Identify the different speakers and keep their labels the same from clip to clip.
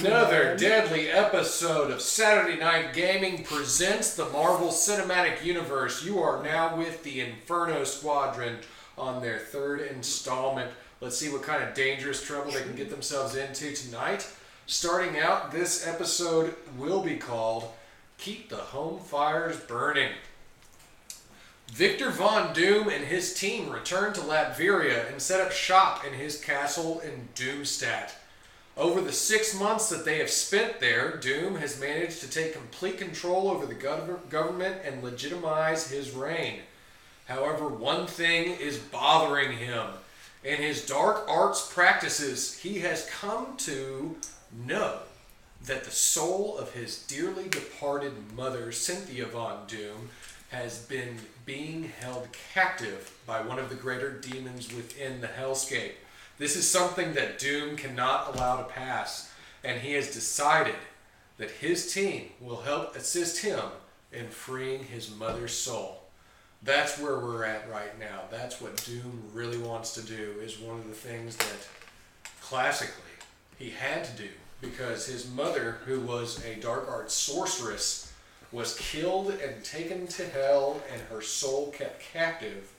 Speaker 1: another deadly episode of Saturday Night Gaming presents the Marvel Cinematic Universe. You are now with the Inferno Squadron on their third installment. Let's see what kind of dangerous trouble they can get themselves into tonight. Starting out, this episode will be called Keep the Home Fires Burning. Victor Von Doom and his team return to Latveria and set up shop in his castle in Doomstat. Over the six months that they have spent there, Doom has managed to take complete control over the gov- government and legitimize his reign. However, one thing is bothering him. In his dark arts practices, he has come to know that the soul of his dearly departed mother, Cynthia Von Doom, has been being held captive by one of the greater demons within the hellscape. This is something that Doom cannot allow to pass, and he has decided that his team will help assist him in freeing his mother's soul. That's where we're at right now. That's what Doom really wants to do, is one of the things that classically he had to do because his mother, who was a dark arts sorceress, was killed and taken to hell, and her soul kept captive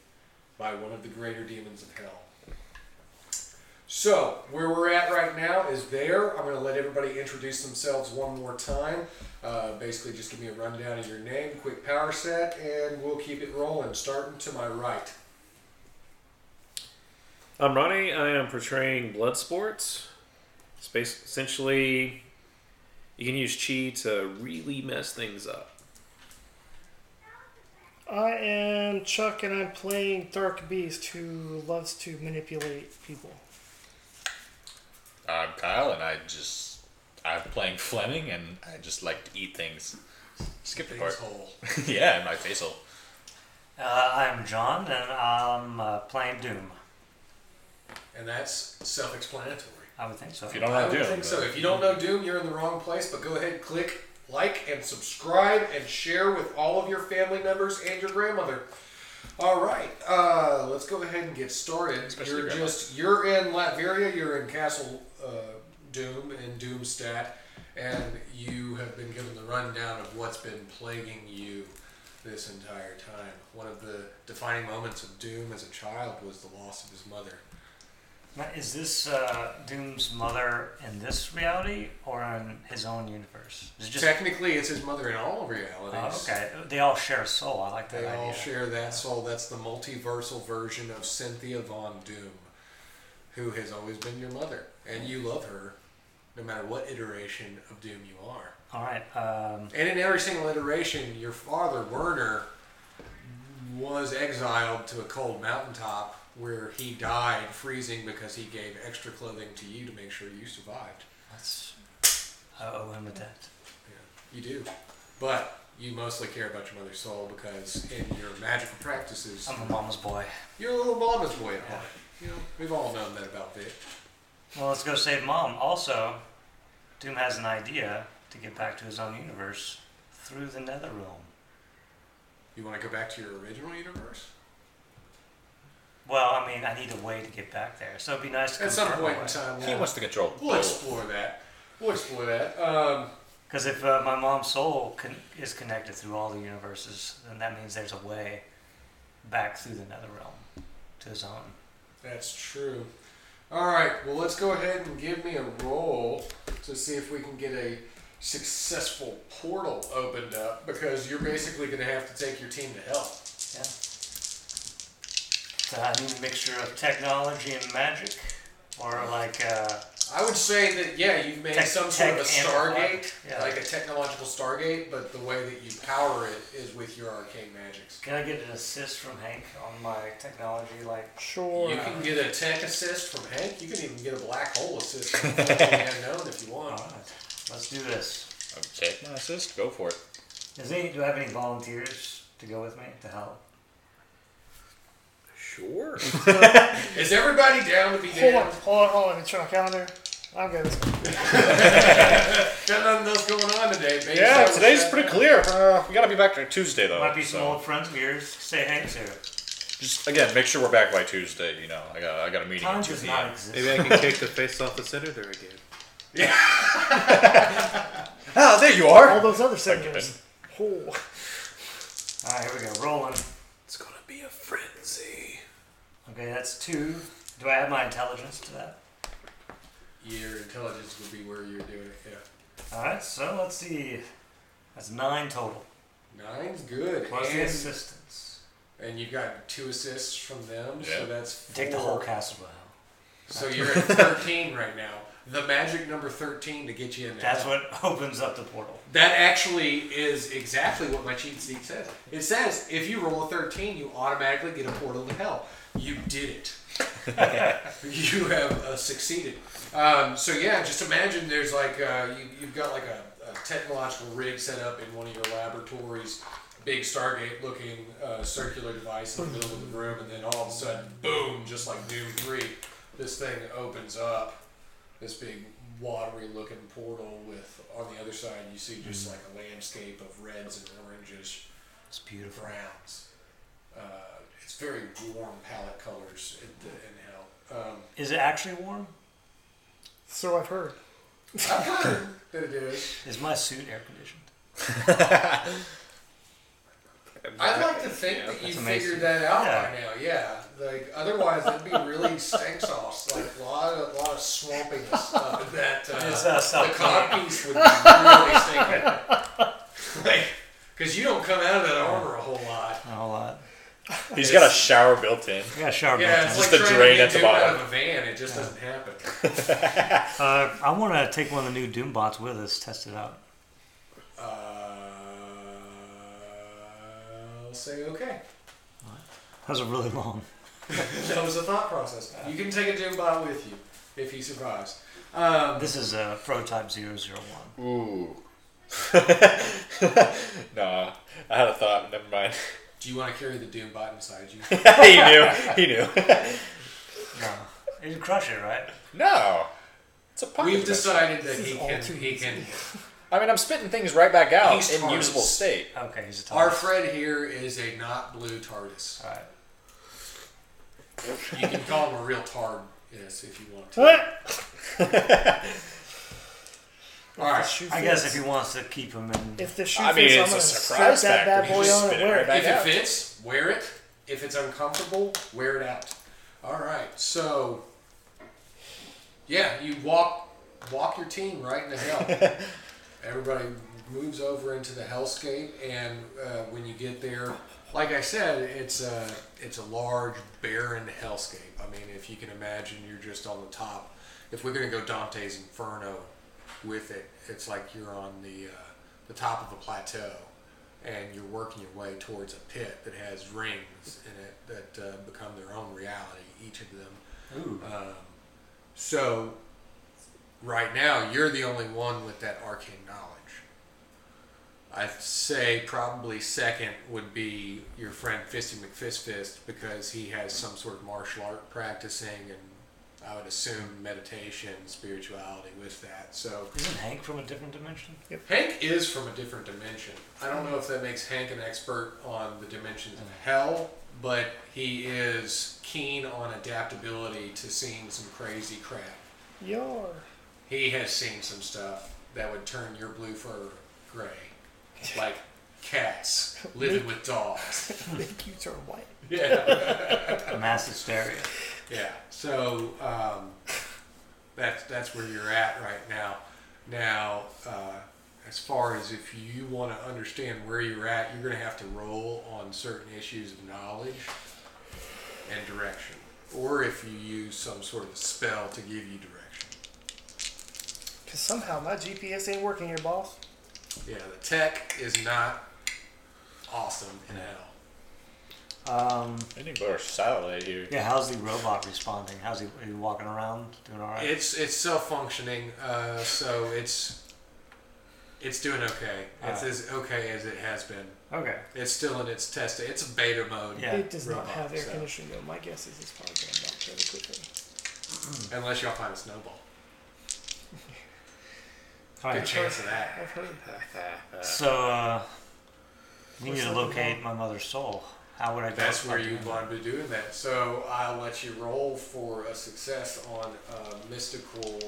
Speaker 1: by one of the greater demons of hell. So, where we're at right now is there. I'm going to let everybody introduce themselves one more time. Uh, basically, just give me a rundown of your name, quick power set, and we'll keep it rolling. Starting to my right.
Speaker 2: I'm Um, Ronnie. I am portraying blood sports. Space essentially, you can use chi to really mess things up.
Speaker 3: I am Chuck, and I'm playing Dark Beast, who loves to manipulate people.
Speaker 4: I'm Uh, Kyle, and I just I'm playing Fleming, and I just like to eat things. Skip the part.
Speaker 1: Things whole.
Speaker 4: yeah, in my face hole.
Speaker 5: Uh, I'm John, and I'm uh, playing Doom.
Speaker 1: And that's self explanatory.
Speaker 5: I would think so.
Speaker 4: If you don't
Speaker 1: I
Speaker 4: know
Speaker 1: would
Speaker 4: Doom,
Speaker 1: think so.
Speaker 4: but-
Speaker 1: If you don't know Doom, you're in the wrong place. But go ahead, click like and subscribe and share with all of your family members and your grandmother. All right, uh, let's go ahead and get started.
Speaker 4: Especially
Speaker 1: you're
Speaker 4: grandma.
Speaker 1: just you're in Latveria. You're in Castle uh, Doom in Doomstat, and you have been given the rundown of what's been plaguing you this entire time. One of the defining moments of Doom as a child was the loss of his mother.
Speaker 5: Now, Is this uh, Doom's mother in this reality or in his own universe? Is it just
Speaker 1: Technically, it's his mother in all realities.
Speaker 5: Oh, okay? They all share a soul. I like that
Speaker 1: They
Speaker 5: idea.
Speaker 1: all share that soul. That's the multiversal version of Cynthia Von Doom, who has always been your mother, and you love her, no matter what iteration of Doom you are.
Speaker 5: All right. Um,
Speaker 1: And in every single iteration, your father Werner was exiled to a cold mountaintop where he died freezing because he gave extra clothing to you to make sure you survived.
Speaker 5: let's. I owe him a debt.
Speaker 1: You do, but you mostly care about your mother's soul because in your magical practices,
Speaker 5: I'm a mama's boy.
Speaker 1: You're a little mama's boy at heart. You know, we've all known that about Vic.
Speaker 5: Well, let's go save mom. Also, Doom has an idea to get back to his own universe through the Nether Realm.
Speaker 1: You want to go back to your original universe?
Speaker 5: Well, I mean, I need a way to get back there, so it'd be nice to
Speaker 1: At some
Speaker 5: confirm a
Speaker 1: point in
Speaker 5: way.
Speaker 1: time,
Speaker 4: he
Speaker 1: we'll,
Speaker 4: wants to control Oh,
Speaker 1: we'll
Speaker 4: both.
Speaker 1: explore that. We'll explore that. Um,
Speaker 5: Because if uh, my mom's soul con- is connected through all the universes, then that means there's a way back through the nether realm to his own.
Speaker 1: that's true. All right, well, let's go ahead and give me a roll to see if we can get a successful portal opened up because you're basically going to have to take your team to hell.
Speaker 5: Yeah. So I need a mixture of technology and magic, or like uh,
Speaker 1: I would say that yeah, you've made
Speaker 5: Tech-
Speaker 1: some sort of a
Speaker 5: tech analog,
Speaker 1: Stargate,
Speaker 5: yeah.
Speaker 1: like a technological Stargate, but the way that you power it is with your arcane magics.
Speaker 5: can I get an assist from Hank on my technology? Like,
Speaker 3: Sure.
Speaker 1: You can get a tech assist from Hank. You can even get a black hole assist from the unknown if you
Speaker 5: all
Speaker 1: want.
Speaker 5: right, let's do this.
Speaker 4: Okay, my assist, go for it.
Speaker 5: Does any do I have any volunteers to go with me to help?
Speaker 2: Sure.
Speaker 1: Is everybody down to be
Speaker 3: Hold on,
Speaker 1: down?
Speaker 3: hold on, hold on. Let me check my calendar. I'm good.
Speaker 1: Got nothing else going on today, baby.
Speaker 2: yeah,
Speaker 1: So-
Speaker 2: today's pretty clear. Uh, we gotta be back to Tuesday though.
Speaker 4: Uh,
Speaker 5: Might be some
Speaker 2: so-
Speaker 5: old friends of yours. Say Hank's here.
Speaker 4: Just again, make sure we're back by Tuesday. You know, I got I got a meeting.
Speaker 5: Time
Speaker 4: at 2
Speaker 5: does
Speaker 4: p.m.
Speaker 5: not exist.
Speaker 6: Maybe I can kick the face off the senator again.
Speaker 4: Ah, there you are.
Speaker 3: All those other sectors. Oh.
Speaker 5: All right, here we go. Rolling.
Speaker 2: It's gonna be a frenzy.
Speaker 5: Okay, that's two. Do I add my intelligence to that?
Speaker 1: Your intelligence would be where you're doing it. Yeah.
Speaker 5: All right, so let's see. That's nine total.
Speaker 1: Nine's good.
Speaker 5: Plus the
Speaker 1: And,
Speaker 5: assistance.
Speaker 1: and you got two assists from them,
Speaker 4: Yeah.
Speaker 1: so that's four.
Speaker 5: Take the whole castle.
Speaker 1: So you're at 13 right now. The magic number 13 to get you in there.
Speaker 5: That's what opens up the portal.
Speaker 1: That actually is exactly what my cheat sheet says. It says if you roll a 13, you automatically get a portal to hell. You did it. you have uh, succeeded. Um, so yeah, just imagine there's like uh, you, you've got like a, a technological rig set up in one of your laboratories, big Stargate looking uh, circular device in the middle of the room, and then all of a sudden, boom! Just like Doom Three, this thing opens up this big watery looking portal with on the other side you see just like
Speaker 5: Mm-hmm.
Speaker 1: a landscape of reds and oranges
Speaker 5: It's beautiful.
Speaker 1: browns uh, it's very warm palette colors in, the, in hell um,
Speaker 5: Is it actually warm?
Speaker 3: So I've heard.
Speaker 1: i've heard that it is
Speaker 5: Is my suit air conditioned?
Speaker 1: i'd like to think
Speaker 2: Yeah,
Speaker 1: that you
Speaker 5: that's amazing.
Speaker 1: figured that out by
Speaker 5: Yeah.
Speaker 1: now yeah like otherwise that'd be really stink sauce like a lot of, a lot of swampiness stuff in that uh,
Speaker 5: It's, uh,
Speaker 1: the
Speaker 5: South
Speaker 1: cock piece would be really stinking like because you don't come out of that armor a whole lot
Speaker 5: Not a whole lot.
Speaker 4: He's got a shower built in.
Speaker 5: I got a shower
Speaker 1: Yeah,
Speaker 5: bath
Speaker 1: it's
Speaker 5: time.
Speaker 4: Just
Speaker 1: like
Speaker 4: the
Speaker 1: trying
Speaker 4: drain
Speaker 1: to get
Speaker 4: at the
Speaker 1: Doom out
Speaker 4: bottom.
Speaker 1: of a van. It just doesn't happen.
Speaker 5: Uh, I want to take one of the new Doombots with us, test it out.
Speaker 1: Uh, I'll say okay.
Speaker 5: That was a really long.
Speaker 1: That was a thought process. You can take a Doom bot with you if he survives. Um,
Speaker 5: This is a prototype 001.
Speaker 4: Ooh. nah, I had a thought. Never mind.
Speaker 1: do you want to carry the Doom bot inside you?
Speaker 4: he knew. He knew.
Speaker 1: Mm.
Speaker 5: No. It'd crush it, right?
Speaker 4: no. It's a pocket.
Speaker 1: We've
Speaker 4: dimension.
Speaker 1: decided that he
Speaker 3: is all
Speaker 1: can.
Speaker 3: too
Speaker 1: He can.
Speaker 4: I mean, I'm spitting things right back out
Speaker 1: He's
Speaker 4: in
Speaker 1: harnessed.
Speaker 4: usable state.
Speaker 5: Okay, he's a top.
Speaker 1: Our Fred here is a not blue TARDIS.
Speaker 5: All right.
Speaker 1: You can call him a real tard. Yes, if you want to. All
Speaker 3: What?
Speaker 1: right.
Speaker 5: I guess if he wants to keep him in.
Speaker 3: If the shoe
Speaker 4: I mean,
Speaker 3: fits,
Speaker 4: it's
Speaker 3: I'm
Speaker 4: a
Speaker 3: gonna
Speaker 4: surprise
Speaker 3: strap that bad
Speaker 4: factor. You
Speaker 3: boy
Speaker 4: just
Speaker 3: on
Speaker 4: spit
Speaker 3: and
Speaker 4: it
Speaker 3: wear
Speaker 4: right
Speaker 3: it.
Speaker 4: back
Speaker 1: If it
Speaker 4: out.
Speaker 1: fits, wear it. If it's uncomfortable, wear it out. All right. So, yeah, you walk walk your team right into hell. Everybody moves over into the hellscape, and uh, when you get there, like I said, it's a it's a large barren hellscape. I mean, if you can imagine, you're just on the top. If we're gonna go Dante's Inferno with it, it's like you're on the uh, the top of a plateau and you're working your way towards a pit that has rings in it that uh, become their own reality, each of them. Um,
Speaker 5: Ooh.
Speaker 1: So, right now, you're the only one with that arcane knowledge. I'd say probably second would be your friend Fisty McFistfist because he has some sort of martial art practicing and I would assume meditation, spirituality with that. So,
Speaker 5: Isn't Hank from a different dimension?
Speaker 1: Hank is from a different dimension. I don't know if that makes Hank an expert on the dimensions of hell, but he is keen on adaptability to seeing some crazy crap.
Speaker 3: Yar.
Speaker 1: He has seen some stuff that would turn your blue fur gray, like cats living with dogs.
Speaker 3: Make you turn white.
Speaker 1: Yeah,
Speaker 5: Mass hysteria.
Speaker 1: yeah. So um, that's that's where you're at right now. Now, uh, as far as if you want to understand where you're at, you're going to have to roll on certain issues of knowledge and direction, or if you use some sort of spell to give you direction.
Speaker 3: Because somehow my GPS ain't working here, boss.
Speaker 1: Yeah, the tech is not awesome in hell.
Speaker 5: Um,
Speaker 4: I need butter salad out here.
Speaker 5: yeah, how's the robot responding? How's he, are you walking around? Doing all right?
Speaker 1: It's it's self functioning, uh, so it's it's doing okay. It's
Speaker 5: Alright.
Speaker 1: as okay as it has been.
Speaker 5: okay.
Speaker 1: It's still in its test. It's a beta mode.
Speaker 5: Yeah.
Speaker 3: it does not
Speaker 1: robot,
Speaker 3: have air
Speaker 1: so.
Speaker 3: conditioning, though. My guess is it's probably going back fairly quickly.
Speaker 1: Unless y'all find a snowball.
Speaker 5: All
Speaker 1: Good
Speaker 5: right.
Speaker 1: chance of that.
Speaker 3: I've heard.
Speaker 5: So, uh, we
Speaker 3: What's
Speaker 5: need to
Speaker 3: that
Speaker 5: locate my mother's soul. How would I go?
Speaker 1: That's where
Speaker 5: about
Speaker 1: you
Speaker 5: doing
Speaker 1: want to be doing that. So I'll let you roll for a success on uh, mystical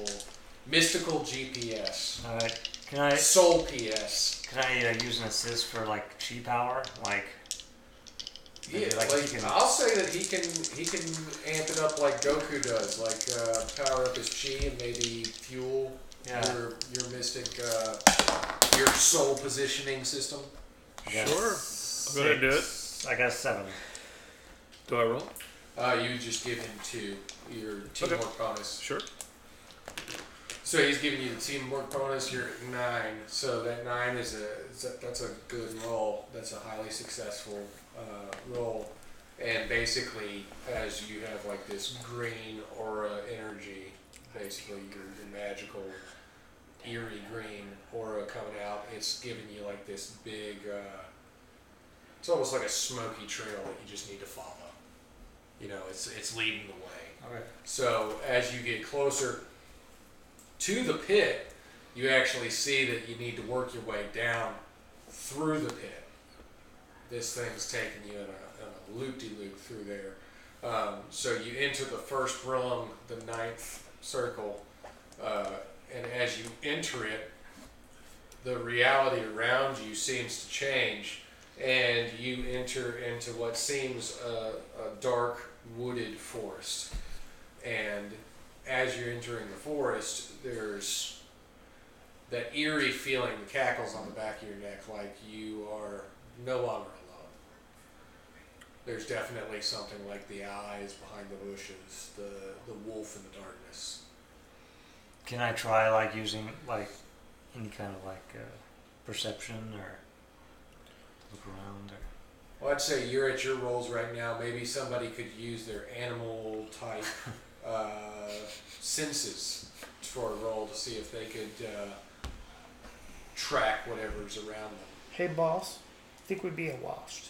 Speaker 1: Mystical GPS.
Speaker 5: All right. Can I
Speaker 1: Soul PS.
Speaker 5: can I uh, use an assist for like chi power? Like
Speaker 1: Yeah,
Speaker 5: maybe,
Speaker 1: like,
Speaker 5: you can-
Speaker 1: I'll say that he can he can amp it up like Goku does, like uh, power up his chi and maybe fuel
Speaker 5: Yeah.
Speaker 1: your your mystic uh, your soul positioning system.
Speaker 5: I got
Speaker 2: Sure. Go ahead and do it.
Speaker 5: six. I got seven.
Speaker 2: Do I roll?
Speaker 1: Uh, you just give him two your teamwork bonus.
Speaker 2: Sure.
Speaker 1: So he's giving you the teamwork bonus. You're at nine, so that nine is a, is a that's a good roll. That's a highly successful uh, roll, and basically, as you have like this green aura energy, basically your, your magical eerie green aura coming out, it's giving you like this big. Uh, it's almost like a smoky trail that you just need to follow. You know, it's it's leading the way.
Speaker 5: Okay.
Speaker 1: So as you get closer to the pit, you actually see that you need to work your way down through the pit. This thing's taking you in a, in a loop-de-loop through there. Um, so you enter the first rung, the ninth circle, uh, and as you enter it, the reality around you seems to change, and you enter into what seems a, a dark wooded forest and as you're entering the forest, there's that eerie feeling, the cackles on the back of your neck, like you are no longer alone. There's definitely something like the eyes behind the bushes, the the wolf in the darkness.
Speaker 5: Can I try like using like any kind of like uh, perception or look around or
Speaker 1: Well, I'd say you're at your roles right now. Maybe somebody could use their animal type uh, senses for a roll to see if they could uh, track whatever's around them.
Speaker 3: Hey, boss. think we'd be washed.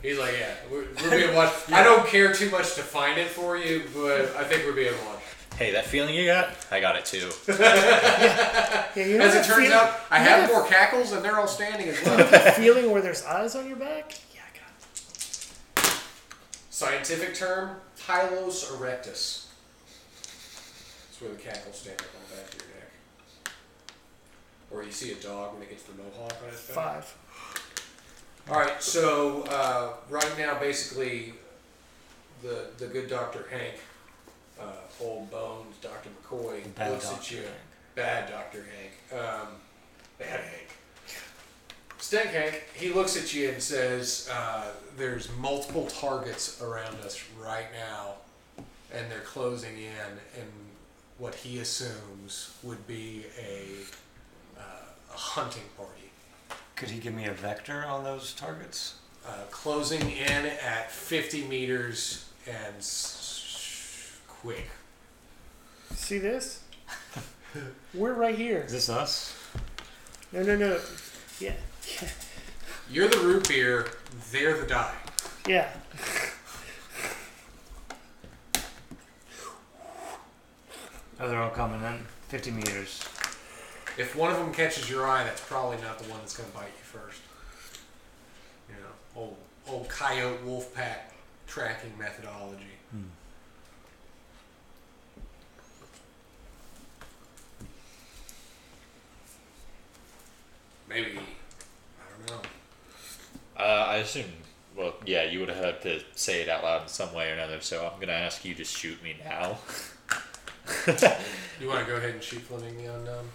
Speaker 1: He's like, yeah, we're, we're being watched. I don't care too much to find it for you, but I think we're being watched.
Speaker 4: Hey, that feeling you got? I got it too.
Speaker 3: Yeah, you know
Speaker 1: As
Speaker 3: that
Speaker 1: it turns
Speaker 3: feeling-
Speaker 1: out, I
Speaker 3: you know
Speaker 1: have
Speaker 3: that
Speaker 1: more cackles, and they're all standing as well.
Speaker 3: feeling where there's eyes on your back. Yeah, I got it.
Speaker 1: Scientific term: Tylos erectus. That's where the cackles stand up on the back of your neck. Or you see a dog when it gets the mohawk on its back.
Speaker 3: five.
Speaker 1: All right, so uh, right now, basically, the the good Doctor Hank, uh, old bones Doctor McCoy,
Speaker 5: bad
Speaker 1: looks at
Speaker 5: Dr.
Speaker 1: you.
Speaker 5: Hank.
Speaker 1: Bad Doctor Hank, um, bad Hank. Stink Hank. He looks at you and says, uh, "There's multiple targets around us right now, and they're closing in." And what he assumes would be a, uh, a hunting party.
Speaker 5: could he give me a vector on those targets?
Speaker 1: uh, closing in at 50 meters and s- quick.
Speaker 3: See this? We're right here.
Speaker 5: Is this us?
Speaker 3: No, no, no. Yeah,
Speaker 1: You're the root beer, they're the die.
Speaker 3: yeah.
Speaker 5: Oh, they're all coming in. Fifty meters.
Speaker 1: If one of them catches your eye, that's probably not the one that's going to bite you first. You know, old, old coyote wolf pack tracking methodology. Hmm. Maybe, I don't know.
Speaker 4: Uh, I assume. Well, yeah, you would have had to say it out loud in some way or another. So I'm gonna ask you to shoot me now.
Speaker 1: You want to go ahead and shoot um? Fleming the Unknown?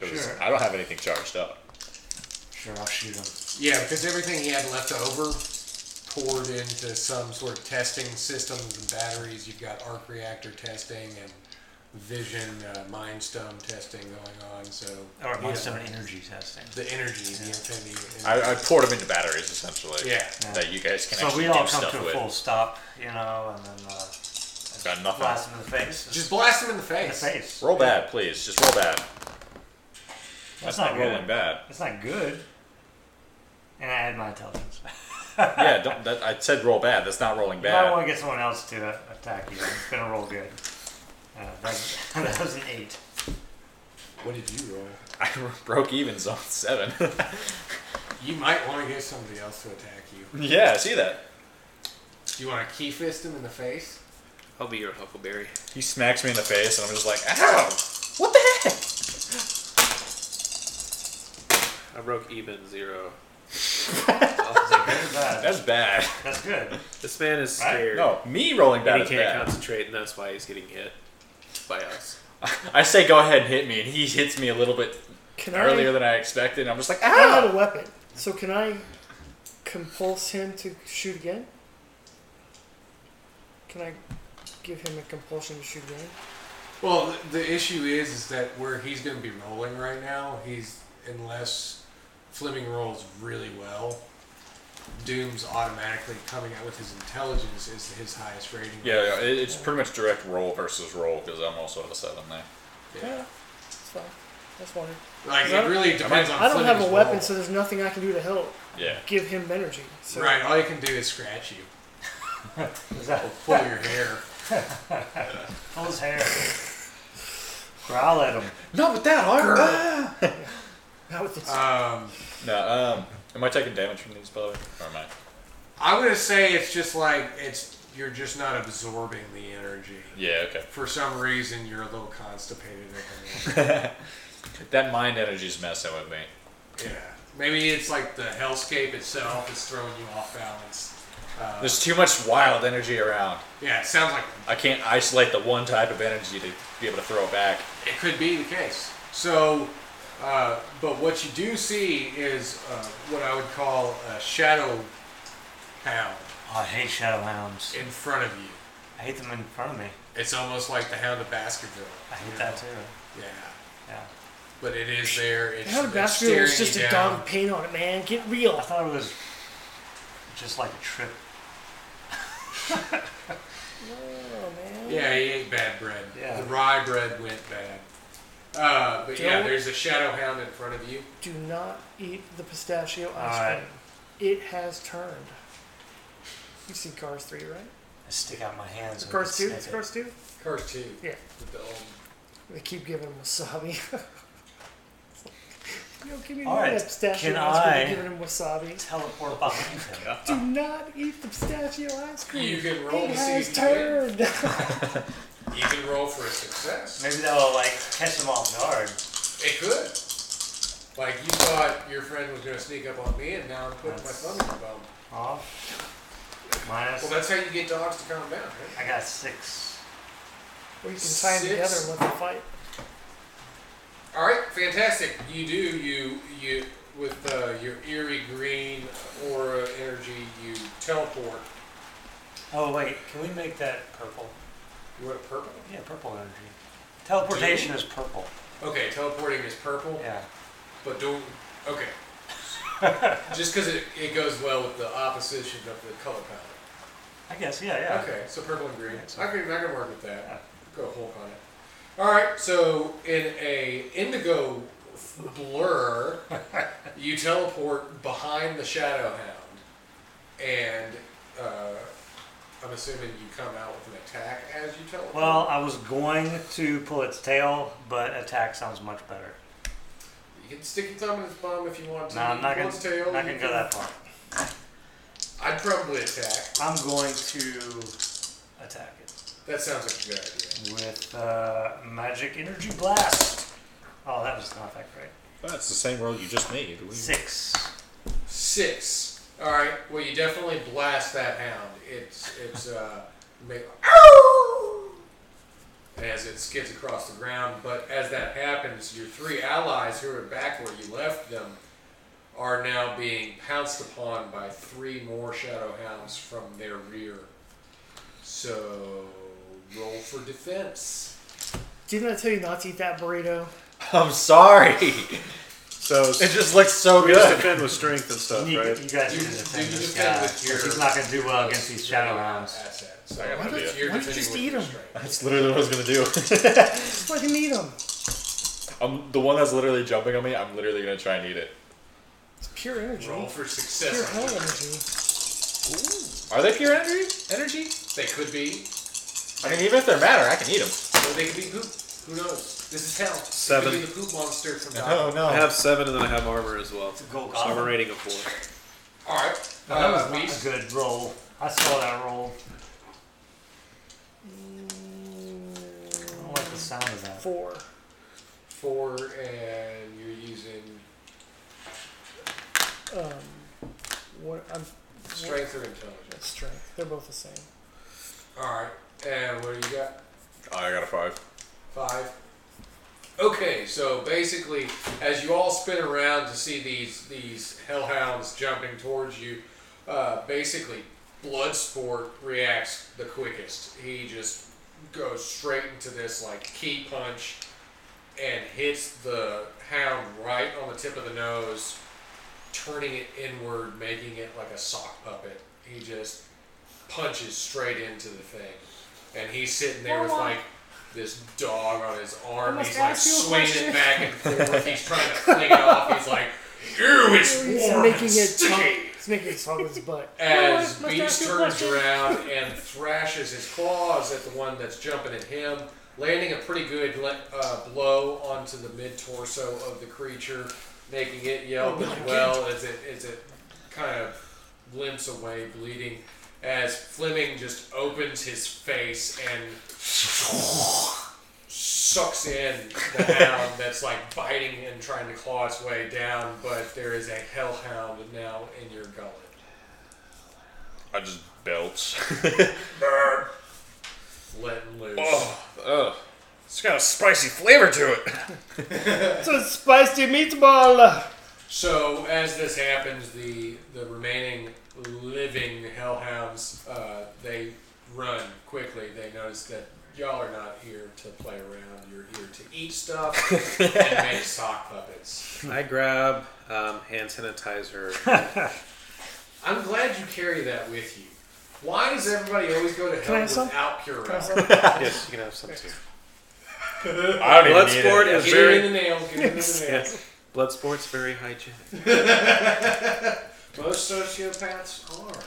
Speaker 4: 'Cause
Speaker 5: Sure.
Speaker 4: I don't have anything charged up.
Speaker 5: Sure, I'll shoot him.
Speaker 1: Yeah, because everything he had left over poured into some sort of testing systems and batteries. You've got arc reactor testing and vision uh, mind stone testing going on. So
Speaker 5: Or it
Speaker 1: yeah,
Speaker 5: must have an energy testing.
Speaker 1: the energy, the infinity.
Speaker 4: I, I poured them into batteries essentially.
Speaker 1: yeah.
Speaker 4: That you guys can
Speaker 5: So
Speaker 4: actually
Speaker 5: we all
Speaker 4: do
Speaker 5: come
Speaker 4: stuff
Speaker 5: to a
Speaker 4: with.
Speaker 5: full stop, you know, and then uh,
Speaker 4: Got nothing.
Speaker 5: blast him in the face.
Speaker 1: Just blast him in the
Speaker 5: in the
Speaker 1: face.
Speaker 5: face.
Speaker 4: Roll bad, please. Just roll bad.
Speaker 5: That's,
Speaker 4: That's
Speaker 5: not
Speaker 4: not
Speaker 5: good.
Speaker 4: rolling bad.
Speaker 5: That's not good. And I had my intelligence.
Speaker 4: Yeah, don't, that, I said roll bad. That's not rolling
Speaker 5: You might
Speaker 4: bad.
Speaker 5: want to get someone else to uh, attack you. It's gonna roll good. Uh, that, that was an eight.
Speaker 1: What did you roll?
Speaker 4: I broke even on seven.
Speaker 1: You might want to get somebody else to attack you.
Speaker 4: yeah, I see that.
Speaker 1: Do you want to key fist him in the face?
Speaker 2: I'll be your Huckleberry.
Speaker 4: He smacks me in the face, and I'm just like, ow!
Speaker 5: What the heck?
Speaker 2: I broke even zero.
Speaker 5: That's bad.
Speaker 4: That's bad.
Speaker 5: That's good.
Speaker 2: This man is
Speaker 5: Right?
Speaker 2: scared.
Speaker 4: No, me rolling
Speaker 2: and
Speaker 4: bad
Speaker 2: he
Speaker 4: is
Speaker 2: can't
Speaker 4: bad.
Speaker 2: concentrate, and that's why he's getting hit by us.
Speaker 4: I say go ahead and hit me, and he hits me a little bit
Speaker 3: Can
Speaker 4: earlier
Speaker 3: I?
Speaker 4: than Ah! I expected, and I'm just like,
Speaker 3: I had
Speaker 4: ow!
Speaker 3: a weapon, so can I compulse him to shoot again? Can I give him a compulsion to shoot again?
Speaker 1: Well, th- the issue is is that where he's going to be rolling right now, he's unless Fleming rolls really well, Doom's automatically coming out with his intelligence is his highest rating.
Speaker 4: Yeah, yeah, it- it's pretty much direct roll versus roll, because I'm also at a 7 there.
Speaker 1: Yeah.
Speaker 3: It's fine. That's fine.
Speaker 1: Like
Speaker 3: I
Speaker 1: it
Speaker 3: don't-
Speaker 1: really depends on.
Speaker 3: I don't have a
Speaker 1: Fleming's
Speaker 3: weapon,
Speaker 1: roll.
Speaker 3: so there's nothing I can do to help
Speaker 4: Yeah.
Speaker 3: give him energy. So
Speaker 1: right, all you can do is scratch you
Speaker 5: Is that
Speaker 1: or pull your hair.
Speaker 5: pull his hair? Growl at him.
Speaker 4: Not with that hard.
Speaker 3: Not with the
Speaker 1: Um,
Speaker 4: No, um, am I taking damage from these, by the way? Or am I?
Speaker 1: I'm gonna say it's just like it's you're just not absorbing the energy.
Speaker 4: Yeah, okay.
Speaker 1: For some reason, you're a little constipated. At the moment.
Speaker 4: That mind energy's messing with me.
Speaker 1: yeah, maybe it's like the hellscape itself is throwing you off balance. Uh,
Speaker 4: There's too much wild energy around.
Speaker 1: Yeah, it sounds like
Speaker 4: I can't isolate the one type of energy to be able to throw it back.
Speaker 1: it could be the case. So, uh, but what you do see is uh, what I would call a shadow hound
Speaker 5: Oh, I hate shadow hounds.
Speaker 1: in front of you.
Speaker 5: I hate them in front of me.
Speaker 1: It's almost like the hound of Baskerville.
Speaker 5: I hate
Speaker 1: you
Speaker 5: that
Speaker 1: know?
Speaker 5: too.
Speaker 1: Yeah.
Speaker 5: Yeah.
Speaker 1: But it is there. It's,
Speaker 3: How did
Speaker 1: it's
Speaker 3: Baskerville was
Speaker 1: staring
Speaker 3: just
Speaker 1: you
Speaker 3: a
Speaker 1: down.
Speaker 3: dog with paint on it, man. Get real.
Speaker 5: I thought it was just like a trip.
Speaker 3: Oh, man.
Speaker 1: Yeah, he ate bad bread.
Speaker 5: Yeah.
Speaker 1: The rye bread went bad. Uh, but yeah,
Speaker 3: Don't-
Speaker 1: there's a shadow hound in front of you.
Speaker 3: Do not eat the pistachio ice
Speaker 5: Alright.
Speaker 3: cream. It has turned. You've seen Cars 3, right?
Speaker 5: I stick out my hands.
Speaker 3: It's
Speaker 5: and
Speaker 3: Cars 2?
Speaker 5: sniff
Speaker 3: It's
Speaker 5: it.
Speaker 3: Cars 2?
Speaker 1: Cars two.
Speaker 3: Yeah.
Speaker 1: With the um, old
Speaker 3: They keep giving him wasabi. you don't give me
Speaker 5: All
Speaker 3: none of
Speaker 5: right,
Speaker 3: that pistachio
Speaker 5: can
Speaker 3: ice cream. They're
Speaker 5: I- Uh,
Speaker 3: giving him wasabi.
Speaker 5: Teleport behind him.
Speaker 3: Do not eat the pistachio ice cream.
Speaker 1: You can roll
Speaker 3: It
Speaker 1: to see
Speaker 3: has
Speaker 1: if you get
Speaker 3: turned.
Speaker 1: You can roll for a success.
Speaker 5: Maybe that'll like catch them off guard.
Speaker 1: It could. Like you thought your friend was gonna sneak up on me, and now I'm putting
Speaker 5: That's-
Speaker 1: my thumb in your bone.
Speaker 5: Off. Minus.
Speaker 1: Well, that's how you get dogs to calm down. Right?
Speaker 5: I got six.
Speaker 3: or you can tie them together and let them fight.
Speaker 1: All right, fantastic. You do you you with uh, your eerie green aura energy, you teleport.
Speaker 5: Oh wait, can we make that purple?
Speaker 1: You went purple.
Speaker 5: Yeah, purple energy. Teleportation is purple.
Speaker 1: Okay, teleporting is purple.
Speaker 5: Yeah.
Speaker 1: But don't. Okay. Just because it, it goes well with the opposition of the color palette.
Speaker 5: I guess. Yeah, yeah.
Speaker 1: Okay, so purple and green.
Speaker 5: Excellent.
Speaker 1: I can, I can work with that. Go Hulk on it. All right, so in a indigo blur, you teleport behind the Shadow Hound, and uh, I'm assuming you come out with an attack as you teleport.
Speaker 5: Well, I was going to pull its tail, but attack sounds much better.
Speaker 1: you can stick your thumb in its bum if you want to.
Speaker 5: No, I'm
Speaker 1: You
Speaker 5: not
Speaker 1: can
Speaker 5: gonna,
Speaker 1: pull its tail,
Speaker 5: not
Speaker 1: you
Speaker 5: gonna go that far.
Speaker 1: can- I'd probably attack.
Speaker 5: I'm going to attack it
Speaker 1: That sounds like a good idea.
Speaker 5: with uh, magic energy blast. Oh, that was not that great.
Speaker 4: That's the same roll you just made.
Speaker 5: Six.
Speaker 1: Six. All right. Well, you definitely blast that hound. It's it's uh, make, as it skids across the ground. But as that happens, your three allies who are back where you left them are now being pounced upon by three more shadow hounds from their rear. So roll for defense.
Speaker 3: Didn't I tell you not to eat that burrito?
Speaker 4: I'm sorry.
Speaker 2: So
Speaker 4: It just looks so
Speaker 2: we just
Speaker 4: good.
Speaker 2: defend with strength and stuff,
Speaker 5: You,
Speaker 2: right?
Speaker 5: you guys
Speaker 1: You-
Speaker 5: need
Speaker 1: you
Speaker 5: to defend this
Speaker 1: defend
Speaker 5: guy.
Speaker 1: with your-
Speaker 5: 'cause He's not gonna do well against these shadow hounds.
Speaker 1: Assets. I got
Speaker 3: Why
Speaker 1: no
Speaker 3: don't-
Speaker 1: idea. You're
Speaker 3: why don't you
Speaker 1: defending
Speaker 3: just
Speaker 1: with
Speaker 3: eat
Speaker 1: your
Speaker 3: 'em?
Speaker 1: strength.
Speaker 4: That's literally what I was gonna do.
Speaker 3: Just let him eat them.
Speaker 4: I'm the one that's literally jumping on me. I'm literally gonna try and eat it.
Speaker 3: It's pure energy.
Speaker 1: Roll for
Speaker 3: Pure
Speaker 1: success.
Speaker 3: hell energy.
Speaker 4: Are they pure energy? Energy?
Speaker 1: They could be
Speaker 4: I mean, even if they're matter, I can eat them.
Speaker 1: Or they could be poop. Who knows? This is hell.
Speaker 2: Seven.
Speaker 1: It could be the poop monster from
Speaker 4: Oh
Speaker 1: Gotham.
Speaker 4: no.
Speaker 2: I have seven, and then I have armor as well.
Speaker 5: Go
Speaker 2: So I'm a
Speaker 5: Gotham.
Speaker 2: rating of four.
Speaker 1: All right.
Speaker 5: No, that was
Speaker 1: Uh,
Speaker 5: not a
Speaker 1: Beast.
Speaker 5: good roll. I saw that roll. Mm. sound of that?
Speaker 3: Four.
Speaker 1: Four, and you're using
Speaker 3: Um, what? I'm
Speaker 1: strength or intelligence.
Speaker 3: that's strength. They're both the same.
Speaker 1: All right. And what do you got?
Speaker 4: Oh,
Speaker 6: I got a five.
Speaker 1: Five. Okay, so basically, as you all spin around to see these these hellhounds jumping towards you, uh, basically Bloodsport reacts the quickest. He just goes straight into this like key punch and hits the hound right on the tip of the nose, turning it inward, making it like a sock puppet. He just punches straight into the thing, and he's sitting there with like this dog on his arm.
Speaker 3: must
Speaker 1: He's like
Speaker 3: ask you a
Speaker 1: swinging
Speaker 3: question.
Speaker 1: it back and forth. He's trying to fling it off. He's like, "Ew, it's
Speaker 3: He's
Speaker 1: warm
Speaker 3: making
Speaker 1: and
Speaker 3: it.
Speaker 1: sticky."
Speaker 3: Talk, he's making it talk with his butt.
Speaker 1: As
Speaker 3: Must
Speaker 1: Beast
Speaker 3: ask you a
Speaker 1: turns
Speaker 3: question.
Speaker 1: around and thrashes his claws at the one that's jumping at him, landing a pretty good le- uh, blow onto the mid torso of the creature, making it yelp
Speaker 3: not
Speaker 1: as well as it as it kind of limps away, bleeding. As Fleming just opens his face and sucks in the hound that's like biting and trying to claw its way down, but there is a hellhound now in your gullet.
Speaker 6: I just belch.
Speaker 1: letting loose.
Speaker 6: oh, oh, it's got a spicy flavor to it.
Speaker 3: It's a spicy meatball.
Speaker 1: So as this happens, the the remaining living hellhounds uh, they run quickly. They notice that y'all are not here to play around. You're here to eat stuff and make sock puppets.
Speaker 2: I grab um, hand sanitizer.
Speaker 1: I'm glad you carry that with you. Why does everybody always go to
Speaker 3: Can I
Speaker 1: hell
Speaker 3: have some?
Speaker 1: without Purell?
Speaker 2: yes, you can have some too.
Speaker 6: I don't even need
Speaker 2: Bloodsport
Speaker 6: it.
Speaker 2: is
Speaker 1: Get it in
Speaker 2: very
Speaker 1: the nails. Get it in the nails.
Speaker 2: yes. Bloodsport's very hygienic.
Speaker 1: Most sociopaths are.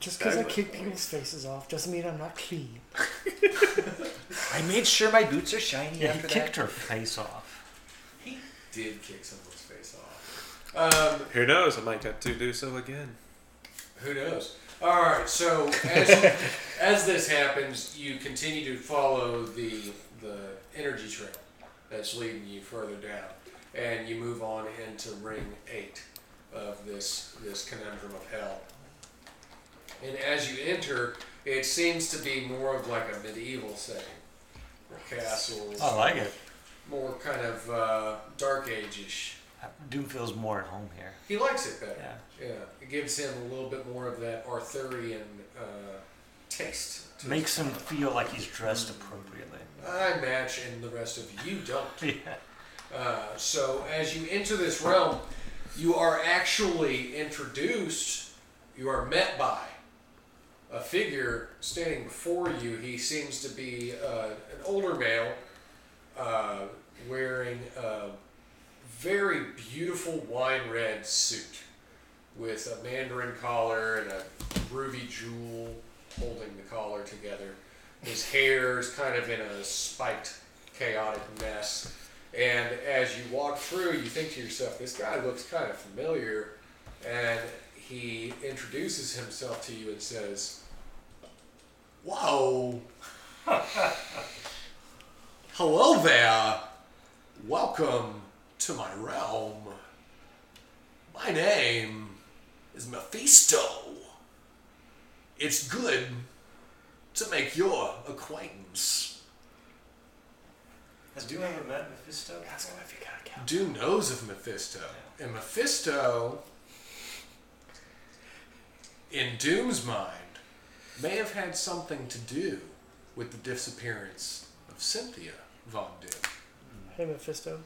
Speaker 3: Just because I
Speaker 2: Exactly.
Speaker 3: kick people's faces off doesn't mean I'm not clean.
Speaker 4: I made sure my boots are shiny
Speaker 5: Yeah, he kicked her face off.
Speaker 1: He did kick someone's face off. Um,
Speaker 2: Who knows? I might have to do so again.
Speaker 1: Who knows? All right. So as, as this happens, you continue to follow the the energy trail that's leading you further down, and you move on into ring eight of this this conundrum of hell. And as you enter, it seems to be more of like a medieval setting, castles,
Speaker 5: I like it.
Speaker 1: more kind of uh, dark age-ish.
Speaker 5: Uh, Doom feels more at home here.
Speaker 1: He likes it better.
Speaker 5: Yeah.
Speaker 1: Yeah, it gives him a little bit more of that Arthurian uh, taste. to
Speaker 5: Makes him feel like he's dressed appropriately.
Speaker 1: I match, and the rest of you don't.
Speaker 5: Yeah.
Speaker 1: Uh, so as you enter this realm, you are actually introduced, you are met by a figure standing before you. He seems to be uh, an older male uh, wearing a very beautiful wine red suit with a mandarin collar and a ruby jewel holding the collar together. His hair is kind of in a spiked, chaotic mess. And as you walk through, you think to yourself, this guy looks kind of familiar. And he introduces himself to you and says, Whoa! Hello there! Welcome to my realm. My name is Mephisto. It's good to make your acquaintance.
Speaker 5: Has Doom ever met Mephisto?
Speaker 1: Doom knows of Mephisto. And Mephisto, in Doom's mind, may have had something to do with the disappearance of Cynthia Von Doom.
Speaker 3: Hey, Mephisto.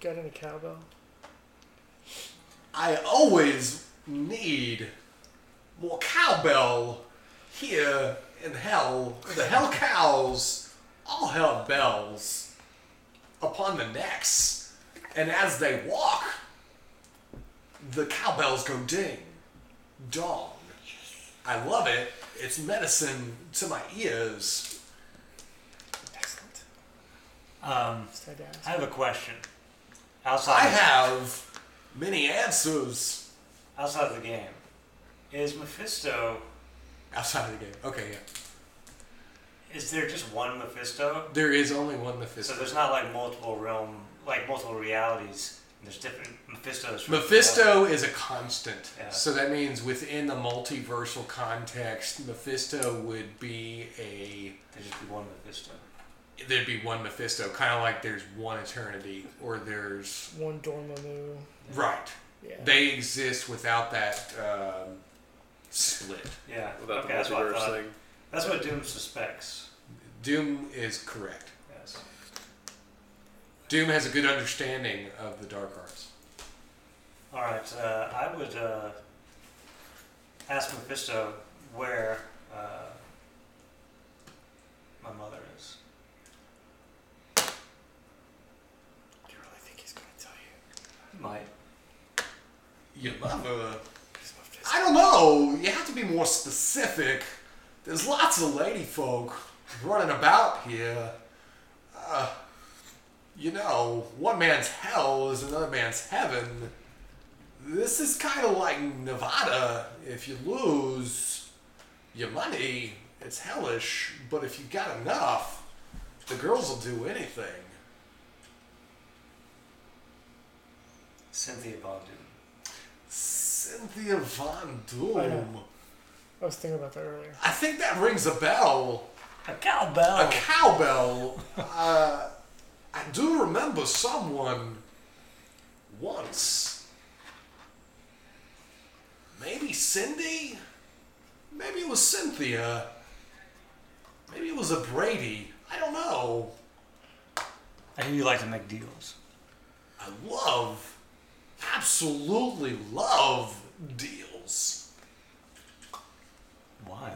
Speaker 3: Got any cowbell?
Speaker 1: I always need more cowbell here in hell. The hell cows all hell bells upon the necks, and as they walk, the cowbells go ding, dong. I love it. It's medicine to my ears.
Speaker 3: Excellent.
Speaker 5: Um,
Speaker 3: Just had to ask.
Speaker 5: I have a question. Outside,
Speaker 1: I
Speaker 5: of-
Speaker 1: have many answers
Speaker 5: outside of the game, is Mephisto
Speaker 1: outside of the game. Okay, yeah.
Speaker 5: Is there just one Mephisto?
Speaker 1: There is only one Mephisto.
Speaker 5: So there's not like multiple realm, like multiple realities. There's different Mephistos. from-
Speaker 1: Mephisto is a constant.
Speaker 5: Yeah.
Speaker 1: So that means within the multiversal context, Mephisto would be a.
Speaker 5: There'd just be one Mephisto.
Speaker 1: There'd be one Mephisto, kind of like there's one eternity, or there's.
Speaker 3: One Dormammu.
Speaker 1: Right.
Speaker 3: Yeah.
Speaker 1: They exist without that um, split.
Speaker 5: Yeah.
Speaker 2: without
Speaker 5: okay,
Speaker 2: the
Speaker 5: that's what I
Speaker 2: multiverse
Speaker 5: thought.
Speaker 2: thing.
Speaker 5: That's what Doom suspects.
Speaker 1: Doom is correct.
Speaker 5: Yes.
Speaker 1: Doom has a good understanding of the dark arts.
Speaker 5: All right. Uh, I would uh, ask Mephisto where uh, my mother is.
Speaker 3: Do you really think he's going to tell you?
Speaker 5: My
Speaker 1: You love a.
Speaker 3: He's Mephisto.
Speaker 1: I don't know. You have to be more specific. There's lots of lady folk running about here. Uh, you know, one man's hell is another man's heaven. This is kind of like Nevada. If you lose your money, it's hellish. But if you've got enough, the girls will do anything.
Speaker 5: Cynthia Von Doom.
Speaker 1: Cynthia Von
Speaker 3: I
Speaker 1: Doom.
Speaker 3: know. I was thinking about that earlier.
Speaker 1: I think that rings a bell.
Speaker 5: A cowbell.
Speaker 1: a cowbell. uh, I do remember someone once. Maybe Cindy? Maybe it was Cynthia. Maybe it was a Brady. I don't know.
Speaker 5: I hear you like to make deals.
Speaker 1: I love, absolutely love deals.
Speaker 5: Why?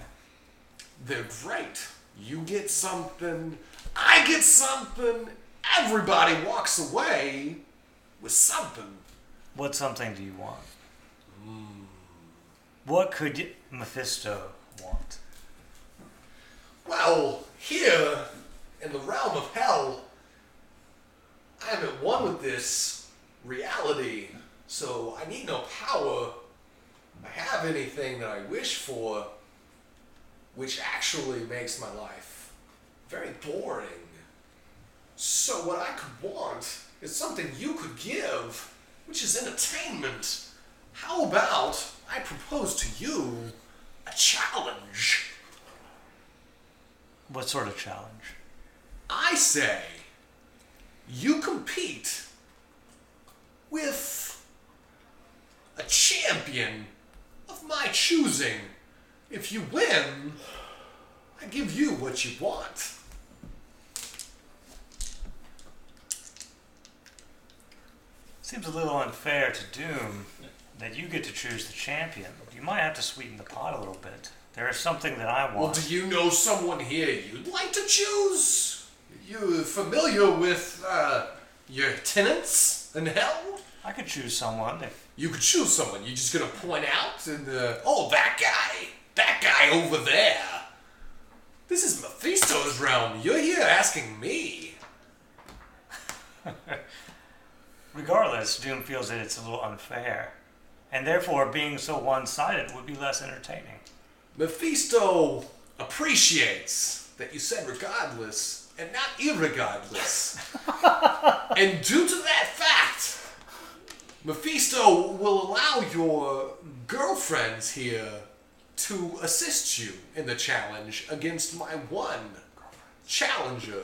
Speaker 1: They're great. You get something, I get something, everybody walks away with something.
Speaker 5: What something do you want? Hmm. What could y- Mephisto want?
Speaker 1: Well, here in the realm of hell, I'm at one with this reality, so I need no power. I have anything that I wish for, which actually makes my life very boring. So, what I could want is something you could give, which is entertainment. How about I propose to you a challenge?
Speaker 5: What sort of challenge?
Speaker 1: I say you compete with a champion of my choosing. If you win, I give you what you want.
Speaker 5: Seems a little unfair to Doom that you get to choose the champion. You might have to sweeten the pot a little bit. There is something that I
Speaker 1: Well,
Speaker 5: want.
Speaker 1: do you know someone here you'd like to choose? You familiar with uh, your tenants in hell?
Speaker 5: I could choose someone if
Speaker 1: You could choose someone. You're just gonna point out and uh, oh, that guy, that guy over there. This is Mephisto's realm. You're here asking me.
Speaker 5: Regardless, Doom feels that it's a little unfair, and therefore being so one sided would be less entertaining.
Speaker 1: Mephisto appreciates that you said regardless and not irregardless. and due to that fact, Mephisto will allow your girlfriends here to assist you in the challenge against my one challenger.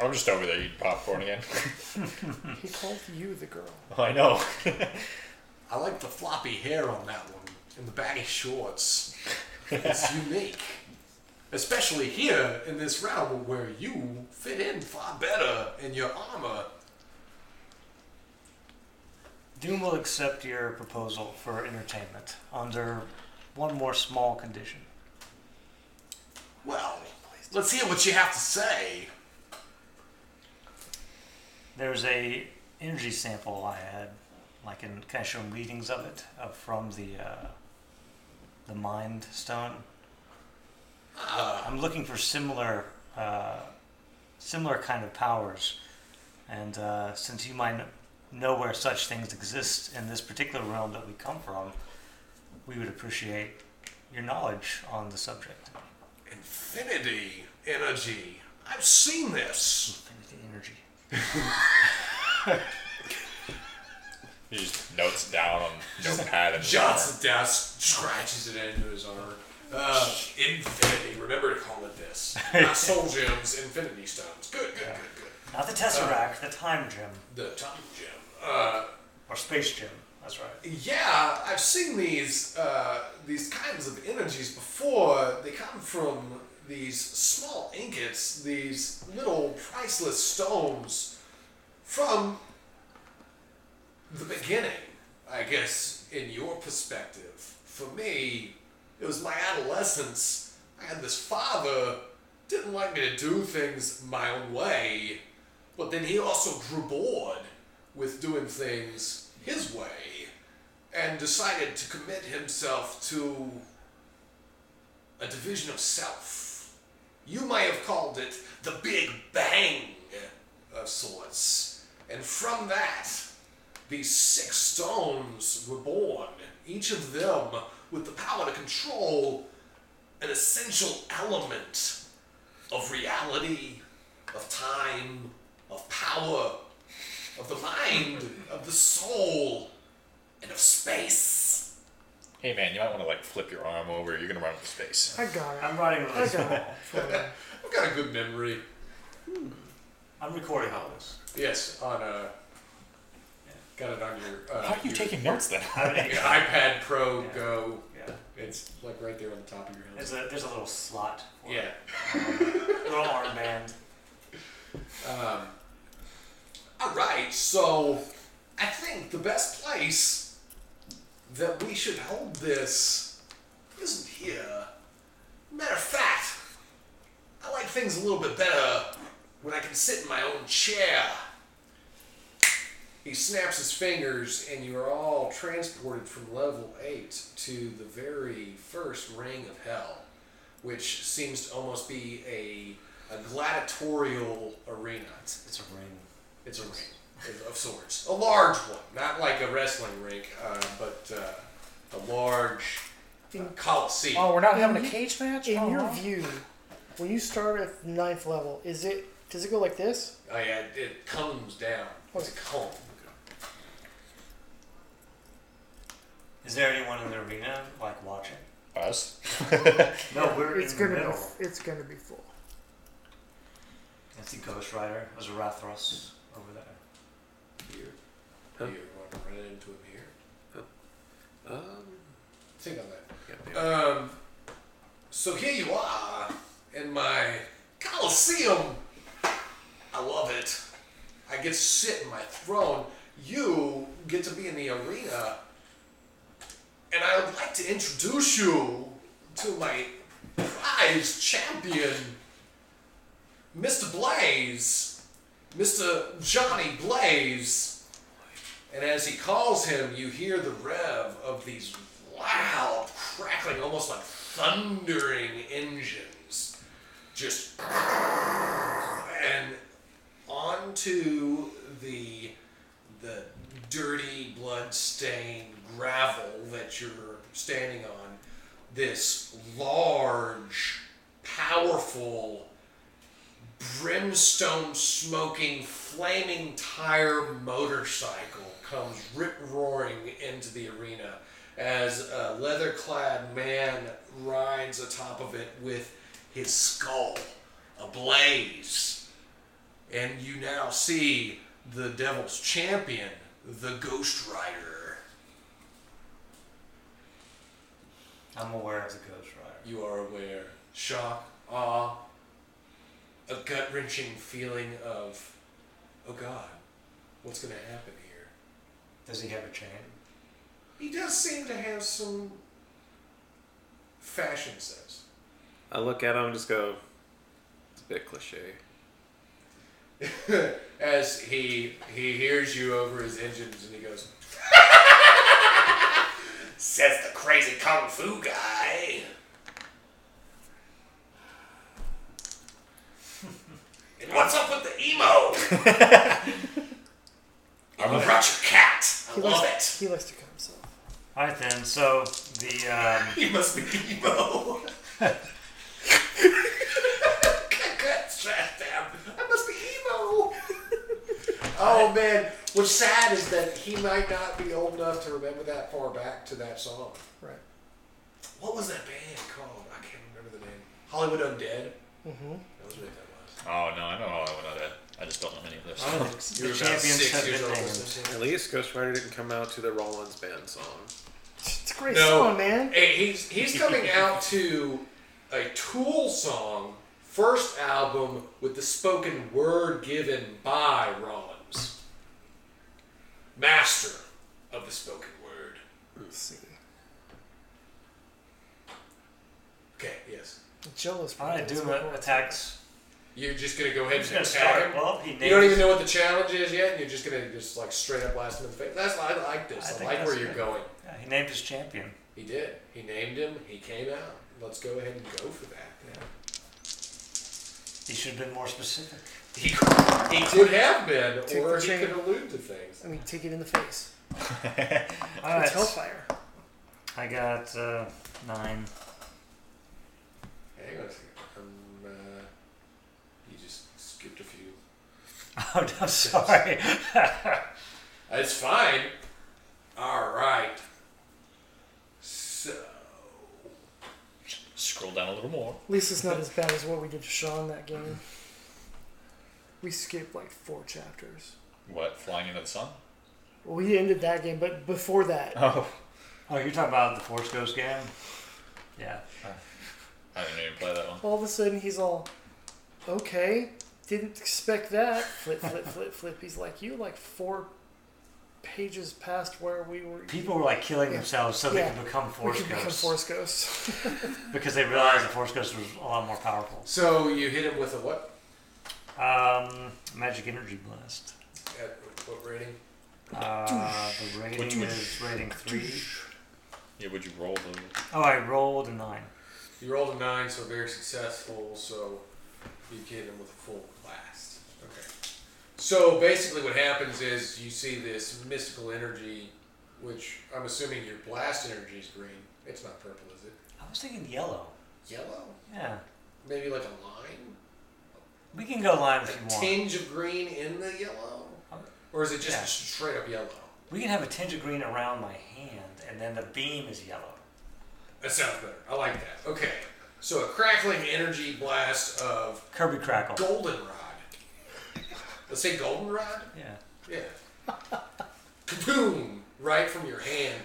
Speaker 4: I'm just over there eating popcorn again.
Speaker 3: He called you the girl.
Speaker 4: I know.
Speaker 1: I like the floppy hair on that one and the baggy shorts. It's unique. Especially here in this realm where you fit in far better in your armor.
Speaker 5: Doom will accept your proposal for entertainment under one more small condition.
Speaker 1: Well, let's hear what you have to say.
Speaker 5: There's a energy sample I had, like in kind of showing readings of it, of from the uh, the Mind Stone.
Speaker 1: Ah,
Speaker 5: I'm looking for similar uh, similar kind of powers, and uh, since you might nowhere such things exist in this particular realm that we come from, we would appreciate your knowledge on the subject.
Speaker 1: Infinity energy. I've seen this.
Speaker 5: Infinity energy.
Speaker 4: He just notes down on notepad and
Speaker 1: Johnson down, scratches it into his armor. Uh, infinity. Remember to call it this. Not soul gems, infinity stones. Good, good, good, good.
Speaker 5: Not the Tesseract, the Time Gem.
Speaker 1: the time gem. Uh,
Speaker 5: Or Space Gem. That's right.
Speaker 1: yeah, I've seen these uh, these kinds of energies before. They come from these small ingots, these little priceless stones from the beginning. I guess in your perspective, for me, it was my adolescence. I had this father didn't like me to do things my own way. But then he also grew bored with doing things his way and decided to commit himself to a division of self. You might have called it the Big Bang of sorts. And from that, these six stones were born, each of them with the power to control an essential element of reality, of time, of power, of the mind, of the soul, and of space.
Speaker 4: Hey man, you might want to like flip your arm over. You're gonna run into space.
Speaker 3: I got it.
Speaker 5: I'm writing all
Speaker 3: I
Speaker 5: this.
Speaker 3: got it. For now.
Speaker 1: I've got a good memory.
Speaker 5: I'm recording all this.
Speaker 1: Yes, on a. Got it on your. Uh,
Speaker 4: How are you
Speaker 1: your-
Speaker 4: taking notes then?
Speaker 1: your iPad Pro
Speaker 5: Yeah.
Speaker 1: Go.
Speaker 5: Yeah.
Speaker 1: It's like right there on the top of your head.
Speaker 5: There's a, there's a little slot for
Speaker 1: Yeah.
Speaker 5: it. A little armband.
Speaker 1: All right, so I think the best place that we should hold this isn't here. Matter of fact, I like things a little bit better when I can sit in my own chair. He snaps his fingers, and you are all transported from level 8 to the very first ring of hell, which seems to almost be a, a gladiatorial arena. It's-
Speaker 5: It's a ring.
Speaker 1: it's a ring of- of sorts, a large one, not like a wrestling rink, uh, but uh, a large uh, coliseum.
Speaker 6: Oh, we're not having a cage match?
Speaker 3: In
Speaker 6: Oh,
Speaker 3: your
Speaker 6: wow.
Speaker 3: view, when you start at ninth level, is it does it go like this?
Speaker 1: I, I- Oh, it comes down. It's a cone.
Speaker 5: Is there anyone in the arena, like, watching?
Speaker 4: Us? Oh,
Speaker 5: No, we're
Speaker 3: It's
Speaker 5: in the
Speaker 3: gonna
Speaker 5: middle.
Speaker 3: be it's gonna be full.
Speaker 5: That's the Ghost Rider. There's a Rathros over there.
Speaker 1: Here,
Speaker 2: Huh?
Speaker 1: here, want to run into him here?
Speaker 2: Um,
Speaker 1: Think on that.
Speaker 2: yeah, yeah.
Speaker 1: Um, so here you are in my Coliseum. I love it. I get to sit in my throne. You get to be in the arena. And I would like to introduce you to my prize champion, Mr. Blaze. Mr. Johnny Blaze. And as he calls him, you hear the rev of these loud, crackling, almost like thundering engines. Just. And onto the, the dirty, blood stained gravel that you're standing on, this large, powerful, brimstone smoking, flaming tire motorcycle comes rip roaring into the arena as a leather clad man rides atop of it with his skull ablaze. And you now see the devil's champion, the Ghost Rider.
Speaker 5: I'm aware of the Ghost Rider.
Speaker 1: You are aware. Shock, awe, a gut wrenching feeling of, oh God, what's going to happen here?
Speaker 5: Does he have a chain?
Speaker 1: He does seem to have some fashion sense.
Speaker 2: I look at him and just go, it's a bit cliche.
Speaker 1: As he he hears you over his engines and he goes, says the crazy kung fu guy. and what's up with the emo?
Speaker 4: I'm
Speaker 1: Brought Love
Speaker 3: likes, He likes to cut himself.
Speaker 5: All right then. So the um,
Speaker 6: He must be emo. That's trash down.
Speaker 1: I must be emo. oh man, what's sad is that he might not be old enough to remember that far back to that song.
Speaker 3: Right.
Speaker 1: What was that band called? I can't remember the name. Hollywood Undead. Mm-hmm. That was what that
Speaker 4: Oh no, I know all I want to. I just don't know any of those.
Speaker 5: one of the,
Speaker 1: was.
Speaker 5: the champions have good
Speaker 1: when
Speaker 5: names.
Speaker 1: this
Speaker 2: At
Speaker 1: hit.
Speaker 2: least Ghost Rider didn't come out to the Rollins band song.
Speaker 3: It's a great
Speaker 1: No.
Speaker 3: song, man.
Speaker 1: Hey, he's he's coming out to a Tool song, first album with the spoken word given by Rollins, master of the spoken word.
Speaker 3: Let's see.
Speaker 1: Okay, yes.
Speaker 3: Jello's
Speaker 5: All right,
Speaker 3: probably-
Speaker 5: Duma attacks.
Speaker 1: You're just gonna go ahead
Speaker 5: He's
Speaker 1: and
Speaker 5: gonna
Speaker 1: attack
Speaker 5: start.
Speaker 1: him.
Speaker 5: Well, he names.
Speaker 1: You don't even know what the challenge is yet, and you're just gonna just like straight up blast him in the face. That's I like
Speaker 5: I
Speaker 1: this. I,
Speaker 5: think
Speaker 1: like where
Speaker 5: that's
Speaker 1: you're
Speaker 5: good.
Speaker 1: going.
Speaker 5: Yeah, he named his champion.
Speaker 1: He did. He named him. He came out. Let's go ahead and go for that.
Speaker 5: He should have been more specific.
Speaker 1: He he could have been,
Speaker 3: Take
Speaker 1: or
Speaker 3: the
Speaker 1: he
Speaker 3: chain.
Speaker 1: could allude to things.
Speaker 3: I mean, take it in the face.
Speaker 5: All
Speaker 3: It's
Speaker 5: right.
Speaker 3: hellfire.
Speaker 5: I got uh, nine.
Speaker 1: Hang on a second. Um, uh, you just skipped a few.
Speaker 5: Oh, no, sorry.
Speaker 1: It's fine. All right. So
Speaker 4: Scroll down a little more.
Speaker 3: At least it's not as bad as what we did to Sean that game. We skipped like four chapters.
Speaker 4: What? Flying into the sun?
Speaker 3: We ended that game, but before that,
Speaker 4: Oh.
Speaker 5: oh, you're talking about the Force Ghost game? Yeah.
Speaker 4: I didn't even play that one.
Speaker 3: all of a sudden he's all, okay, didn't expect that. Flip, flip, flip, flip. He's like, you like four pages past where we were.
Speaker 5: People were like killing themselves so
Speaker 3: Yeah.
Speaker 5: they could become
Speaker 3: we
Speaker 5: Force
Speaker 3: could become
Speaker 5: Ghosts
Speaker 3: force ghosts.
Speaker 5: because they realized the Force Ghost was a lot more powerful.
Speaker 1: so you hit him with a what?
Speaker 5: Um, Magic Energy Blast.
Speaker 1: At what rating?
Speaker 5: Uh, the rating is rating three.
Speaker 4: Yeah, would you roll the?
Speaker 5: Oh, I rolled a nine.
Speaker 1: You rolled a nine, so very successful. So you get him with a full blast. Okay. So basically, what happens is you see this mystical energy, which I'm assuming your blast energy is green. It's not purple, is it?
Speaker 5: I was thinking yellow.
Speaker 1: Yellow?
Speaker 5: Yeah.
Speaker 1: Maybe like a line,
Speaker 5: We can go line if you
Speaker 1: a
Speaker 5: want.
Speaker 1: tinge of green in the yellow, or is it just
Speaker 5: Yeah.
Speaker 1: straight up yellow?
Speaker 5: We can have a tinge of green around my hand, and then the beam is yellow.
Speaker 1: That sounds better. I like that. Okay. So a crackling energy blast of
Speaker 5: Kirby Crackle.
Speaker 1: goldenrod. Let's say goldenrod.
Speaker 5: Yeah.
Speaker 1: Yeah. Kaboom! Right from your hand,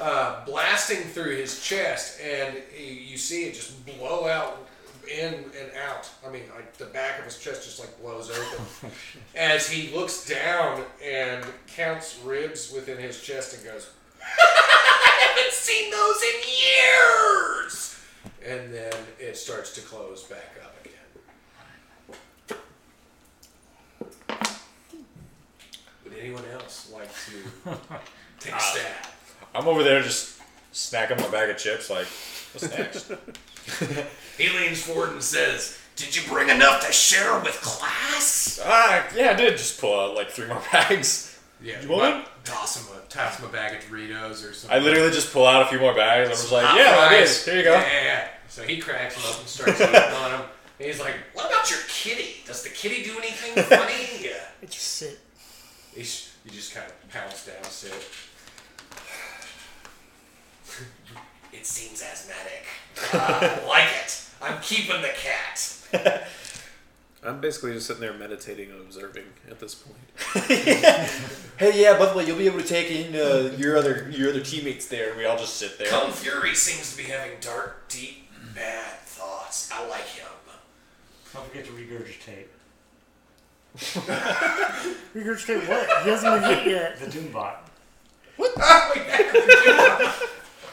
Speaker 1: uh, blasting through his chest, and y- you see it just blow out in and out. I mean, like the back of his chest just like blows open as he looks down and counts ribs within his chest and goes, "I haven't seen those in years." And then it starts to close back up again. Would anyone else like to take a stab?
Speaker 6: I'm over there just snacking my bag of chips. Like, what's next?
Speaker 1: He leans forward and says, Did you bring enough to share with class?
Speaker 6: ah, yeah, I did just pull out like three more bags.
Speaker 1: Yeah,
Speaker 6: You want
Speaker 1: might Toss him a, toss him a bag of Doritos or something.
Speaker 6: I literally just pull out a few more bags. I'm just like,
Speaker 1: Hot
Speaker 6: yeah, it
Speaker 1: fries.
Speaker 6: is. Here you go.
Speaker 1: Yeah, yeah, yeah. So he cracks him up and starts eating on him. And he's like, What about your kitty? Does the kitty do anything funny? yeah.
Speaker 3: It just sit.
Speaker 1: He's, you just kind of pounce down, sit. it seems asthmatic. Uh, I like it. I'm keeping the cat.
Speaker 2: I'm basically just sitting there meditating and observing at this point.
Speaker 6: Hey, yeah. By the way, you'll be able to take in uh, your other your other teammates there. We all just sit there.
Speaker 1: Kung Fury seems to be having dark, deep, bad thoughts. I like him.
Speaker 5: Don't forget to regurgitate.
Speaker 3: Regurgitate what? He hasn't been hit yet.
Speaker 5: The Doombot.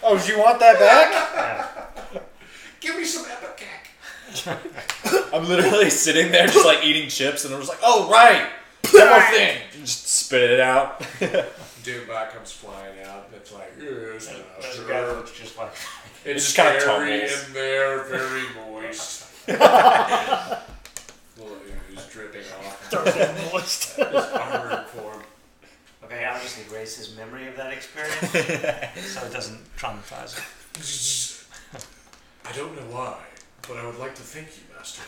Speaker 6: Oh, do you want that back?
Speaker 1: Give me some epicac.
Speaker 6: I'm literally sitting there just like eating chips, and I'm just like, oh right, one more thing. And Just spit it out.
Speaker 1: Doombot comes flying out. and It's like, yes,
Speaker 5: The
Speaker 1: master."
Speaker 5: guy looks just like
Speaker 1: It's
Speaker 6: just kinda
Speaker 1: very
Speaker 6: tumbles.
Speaker 1: in there, very moist. Little ooze dripping off
Speaker 3: Dark and moist.
Speaker 1: his armored form.
Speaker 5: Okay, I'll just need erase his memory of that experience so it doesn't traumatize him.
Speaker 1: I don't know why, but I would like to thank you, Master.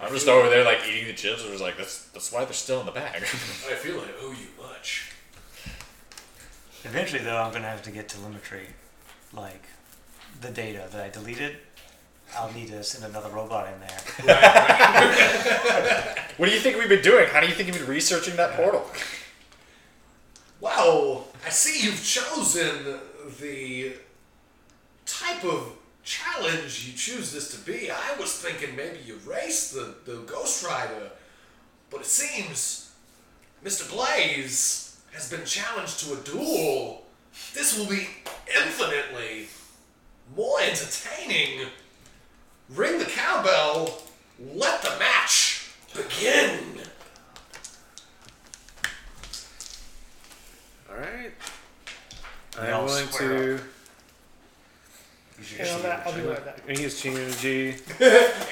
Speaker 6: I'm just over there like eating the chips. and was like, that's that's why they're still in the bag.
Speaker 1: I feel I owe you much.
Speaker 5: Eventually, though, I'm going to have to get telemetry, like the data that I deleted. I'll need to send another robot in there.
Speaker 6: what do you think we've been doing? How do you think you've been researching that portal?
Speaker 1: Wow, I see you've chosen the type of challenge you choose this to be. I was thinking maybe you race the, the Ghost Rider, but it seems Mr. Blaze has been challenged to a duel. This will be infinitely more entertaining. Ring the cowbell, let the match begin.
Speaker 2: All right.
Speaker 5: Now
Speaker 2: I'm going
Speaker 5: square
Speaker 2: to.
Speaker 3: And on that, I'll be right back.
Speaker 2: I use Chi energy.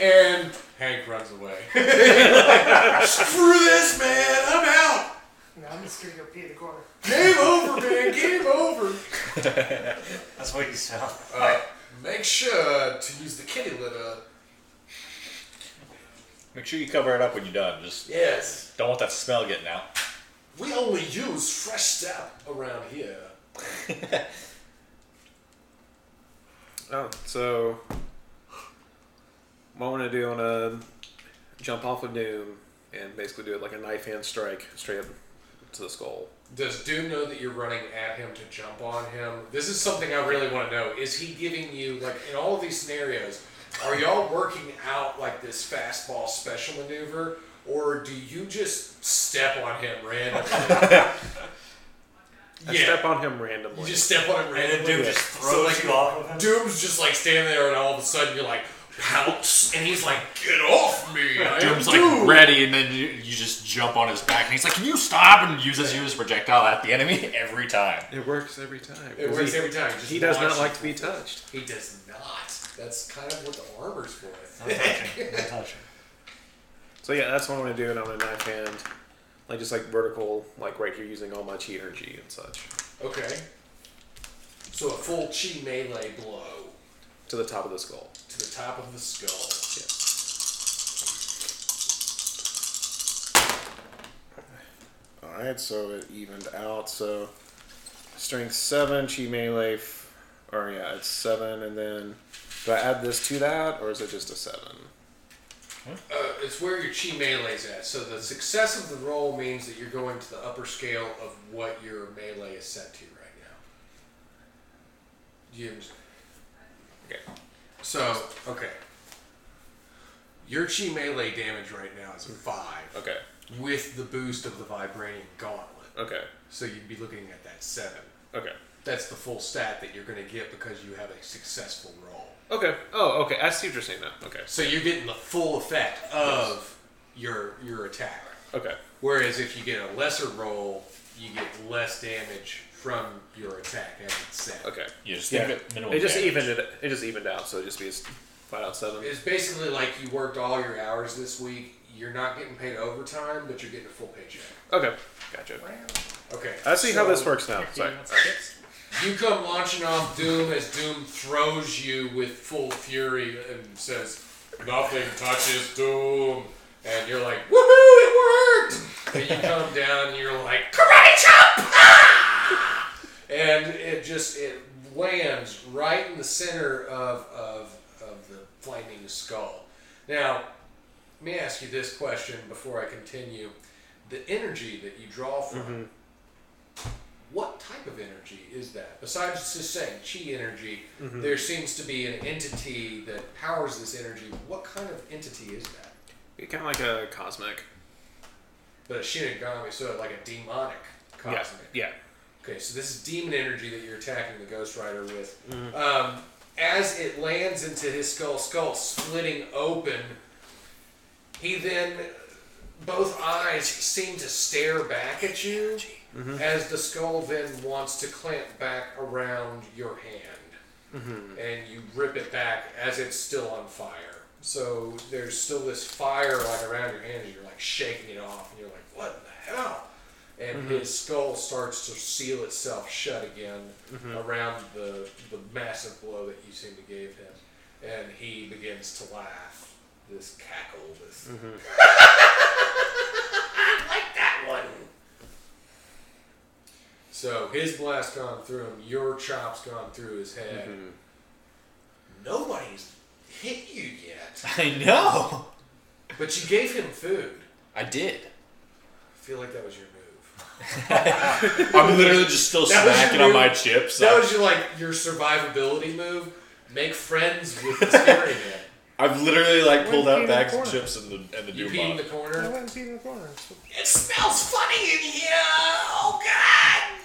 Speaker 1: And Hank runs away. Screw this, man! I'm out.
Speaker 3: No, I'm just gonna go pee in the corner.
Speaker 1: Game over, man. Game over.
Speaker 5: That's what you sound.
Speaker 1: Uh, make sure to use the kitty litter.
Speaker 6: Make sure you cover it up when you're done. Just
Speaker 1: Yes.
Speaker 6: don't want that smell getting out.
Speaker 1: We only use fresh step around here.
Speaker 2: Oh, so what I want to do? I want to jump off of Doom and basically do it like a knife hand strike straight up to the skull.
Speaker 1: Does Doom know that you're running at him to jump on him? This is something I really want to know. Is he giving you like in all of these scenarios? Are y'all working out like this fastball special maneuver, or do you just step on him randomly?
Speaker 2: I step on him randomly.
Speaker 1: You just step on it
Speaker 5: And then
Speaker 1: randomly.
Speaker 5: Doom just
Speaker 1: so
Speaker 5: throws
Speaker 1: like
Speaker 5: you off of him.
Speaker 1: Doom's just like standing there, and all of a sudden you're like pounce, and he's like, "Get off me!" I am
Speaker 6: Doom's like
Speaker 1: Doom."
Speaker 6: ready, and then you, you just jump on his back, and he's like, "Can you stop?" and uses you as a projectile at the enemy every time.
Speaker 2: it works every time.
Speaker 1: It works every time. Just
Speaker 2: He does
Speaker 1: watch
Speaker 2: not like
Speaker 1: it.
Speaker 2: to be touched.
Speaker 1: He does not. That's kind of what the armor's for. I
Speaker 5: No
Speaker 1: think.
Speaker 5: touching. No touching.
Speaker 2: So yeah, that's what I'm gonna do, and I'm gonna knife hand, like just like vertical, like right here, using all my chi energy and such
Speaker 1: Okay. So a full chi melee blow
Speaker 2: to the top of the skull.
Speaker 1: to the top of the skull.
Speaker 2: All right, so it evened out. So strength seven, chi melee, f- or yeah, it's seven, and then do I add this to that, or is it just a seven?
Speaker 1: Uh, it's where your chi melee's at. So the success of the roll means that you're going to the upper scale of what your melee is set to right now. Do you understand? Okay. So okay. Your chi melee damage right now is five.
Speaker 2: Okay,
Speaker 1: With the boost of the vibranium gauntlet,
Speaker 2: okay,
Speaker 1: so you'd be looking at that seven.
Speaker 2: okay,
Speaker 1: That's the full stat that you're going to get because you have a successful roll.
Speaker 2: okay. Oh, okay. I see what you're saying now. Okay,
Speaker 1: So you're getting the full effect of your your attack.
Speaker 2: okay,
Speaker 1: Whereas if you get a lesser roll, you get less damage from your attack as it's set.
Speaker 2: okay.
Speaker 6: You just
Speaker 2: Yeah.
Speaker 6: leave it minimal.
Speaker 2: It just
Speaker 6: damage.
Speaker 2: evened it. It just evened out, so it just be a s- flat out seven.
Speaker 1: It's basically like you worked all your hours this week. You're not getting paid overtime, but you're getting a full paycheck.
Speaker 2: Okay, gotcha.
Speaker 1: Okay.
Speaker 2: I see how
Speaker 1: so
Speaker 2: this works now. Sorry.
Speaker 1: You come launching off Doom as Doom throws you with full fury and says, Nothing touches Doom. And you're like, Woohoo, it worked! And you come down and you're like, Karate Chop! Ah! And it just, it lands right in the center of, of, of the flaming skull. Now, let me ask you this question before I continue. The energy that you draw from what type of energy is that? Besides just saying chi energy, there seems to be an entity that powers this energy. What kind of entity is that?
Speaker 2: Kind of like a cosmic.
Speaker 1: But a Shinigami, so like a demonic
Speaker 2: Yeah,
Speaker 1: cosmic.
Speaker 2: yeah.
Speaker 1: Okay, so this is demon energy that you're attacking the Ghost Rider with. Um, as it lands into his skull, skull splitting open, he then both eyes seem to stare back at you as the skull then wants to clamp back around your hand and you rip it back as it's still on fire. So there's still this fire like around your hand and you're like shaking it off and you're like, what the hell? now. And his skull starts to seal itself shut again around the, the massive blow that you seem to gave him. And he begins to laugh. This cackle, this. I like that one. So his blast gone through him, your chop's gone through his head. Nobody's hit you yet,
Speaker 4: I know.
Speaker 1: but you gave him food.
Speaker 4: I did.
Speaker 1: I feel like that was your move.
Speaker 4: I'm literally just still
Speaker 1: That was
Speaker 4: smacking
Speaker 1: your
Speaker 4: on my
Speaker 1: move.
Speaker 4: chips.
Speaker 1: That was your like your survivability move. Make friends with the scary man.
Speaker 4: I've literally like
Speaker 3: Where'd
Speaker 4: pulled
Speaker 3: you
Speaker 4: out
Speaker 3: get
Speaker 4: bags
Speaker 3: the
Speaker 4: of
Speaker 3: corner?
Speaker 4: chips and the and the
Speaker 1: You pee in the
Speaker 4: Dubon.
Speaker 3: I
Speaker 1: corner.
Speaker 3: went and peed in the corner.
Speaker 1: It smells funny in here. Oh God.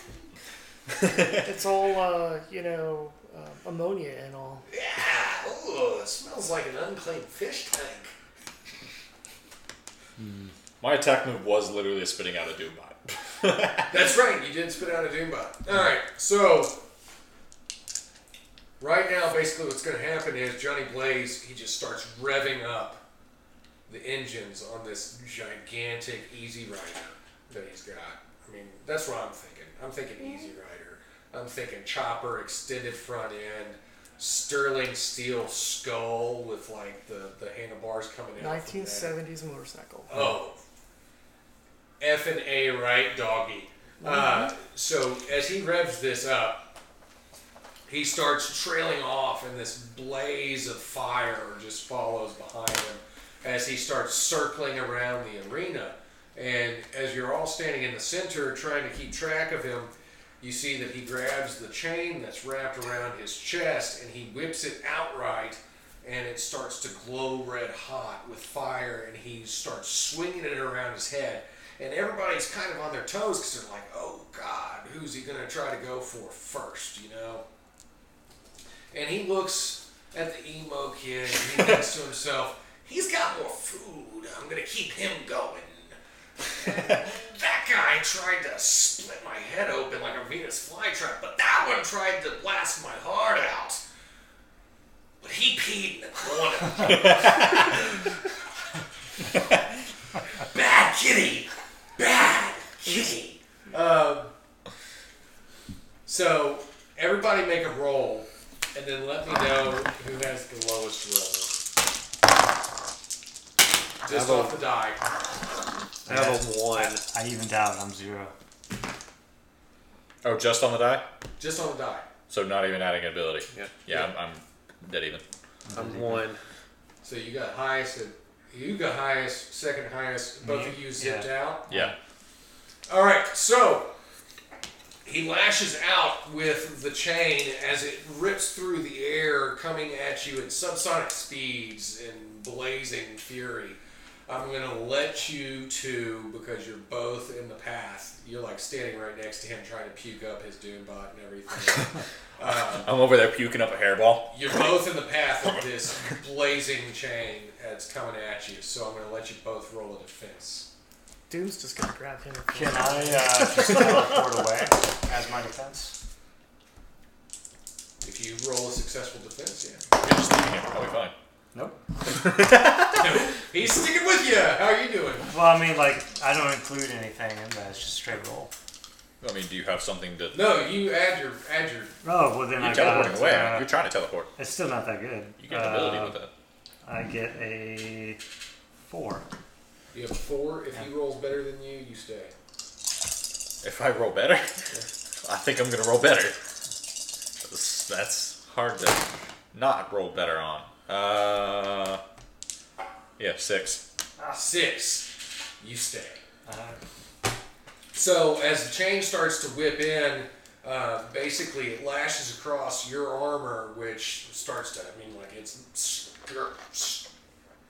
Speaker 3: It's all, uh, you know, um, ammonia and all.
Speaker 1: Yeah. Ooh, it smells like an unclean fish tank.
Speaker 4: My attack move was literally spitting out a Dubon.
Speaker 1: That's right, you did spit out a Doombot. Alright, so right now basically what's gonna happen is Johnny Blaze he just starts revving up the engines on this gigantic Easy Rider that he's got. I mean, that's what I'm thinking. I'm thinking Easy Rider. I'm thinking chopper, extended front end, sterling steel skull with like the, the handlebars coming out. from that.
Speaker 3: 1970s motorcycle.
Speaker 1: Oh. F and A right, doggy. Uh, so as he revs this up, he starts trailing off, and this blaze of fire just follows behind him as he starts circling around the arena. And as you're all standing in the center trying to keep track of him, you see that he grabs the chain that's wrapped around his chest and he whips it outright and it starts to glow red hot with fire and he starts swinging it around his head and everybody's kind of on their toes because they're like oh god who's he going to try to go for first you know and he looks at the emo kid and he thinks to himself he's got more food i'm going to keep him going that guy tried to split my head open like a Venus flytrap, but that one tried to blast my heart out. But he peed in the corner. Bad kitty. Bad kitty. Um, so, everybody make a roll, and then let me know who has the lowest roll. Just
Speaker 2: Have a-
Speaker 1: off the die.
Speaker 2: I have a one.
Speaker 5: I evened out. I'm zero.
Speaker 4: Oh, just on the die.
Speaker 1: Just on the die.
Speaker 4: So not even adding ability.
Speaker 2: Yeah.
Speaker 4: Yeah, Uh-huh. I'm, I'm dead even.
Speaker 2: I'm one.
Speaker 1: So you got highest, and you got highest, second highest. Both of you zipped out.
Speaker 4: Yeah.
Speaker 1: All right, so he lashes out with the chain as it rips through the air, coming at you at subsonic speeds and blazing fury. I'm gonna let you two because you're both in the path. You're like standing right next to him, trying to puke up his doombot and everything.
Speaker 4: I'm over there puking up a hairball.
Speaker 1: You're both in the path of this blazing chain that's coming at you, so I'm going to let you both roll a defense.
Speaker 3: Doom's just gonna grab him. and-
Speaker 5: Can I uh, just teleport away as my defense?
Speaker 1: If you roll a successful defense,
Speaker 4: You're just leaving it. Probably fine.
Speaker 5: Nope.
Speaker 1: yeah. He's sticking with you. How are you doing?
Speaker 5: Well, I mean, like, I don't include anything in that. It's just straight roll.
Speaker 4: I mean, do you have something to?
Speaker 1: No, you add your add your.
Speaker 5: Oh, well, then I
Speaker 4: You're
Speaker 5: got
Speaker 4: teleporting away.
Speaker 5: uh,
Speaker 4: You're trying to teleport.
Speaker 5: It's still not that good.
Speaker 4: You get an ability
Speaker 5: Uh,
Speaker 4: with that.
Speaker 5: I get a four.
Speaker 1: You have four. If he rolls better than you, you stay.
Speaker 4: If I roll better, I think I'm gonna roll better. That's, that's hard to not roll better on. Uh, yeah, six.
Speaker 1: Ah, Six. You stay. Uh-huh.
Speaker 5: Uh,
Speaker 1: So as the chain starts to whip in, uh, basically it lashes across your armor, which starts to, I mean, like it's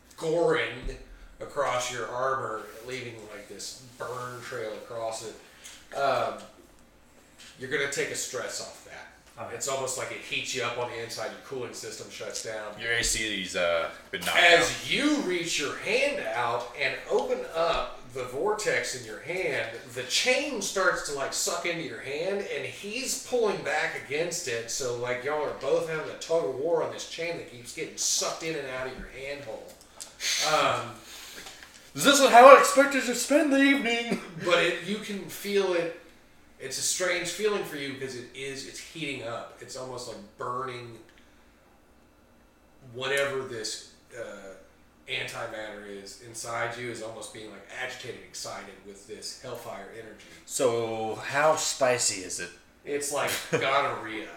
Speaker 1: scoring across your armor, leaving like this burn trail across it. Um, you're gonna take a stress off that.
Speaker 5: Alright.
Speaker 1: It's almost like it heats you up on the inside. Your cooling system shuts down.
Speaker 4: Your AC's uh been knocked down.
Speaker 1: As you reach your hand out and open up the vortex in your hand, the chain starts to like suck into your hand, and he's pulling back against it. So like y'all are both having a tug of war on this chain that keeps getting sucked in and out of your handhold. Um,
Speaker 6: Is this how I expected to spend the evening?
Speaker 1: But it, you can feel it. It's a strange feeling for you because it is. It's heating up. It's almost like burning. Whatever this uh, antimatter is inside you is almost being like agitated, excited with this hellfire energy.
Speaker 4: So, how spicy is it?
Speaker 1: It's like gonorrhea.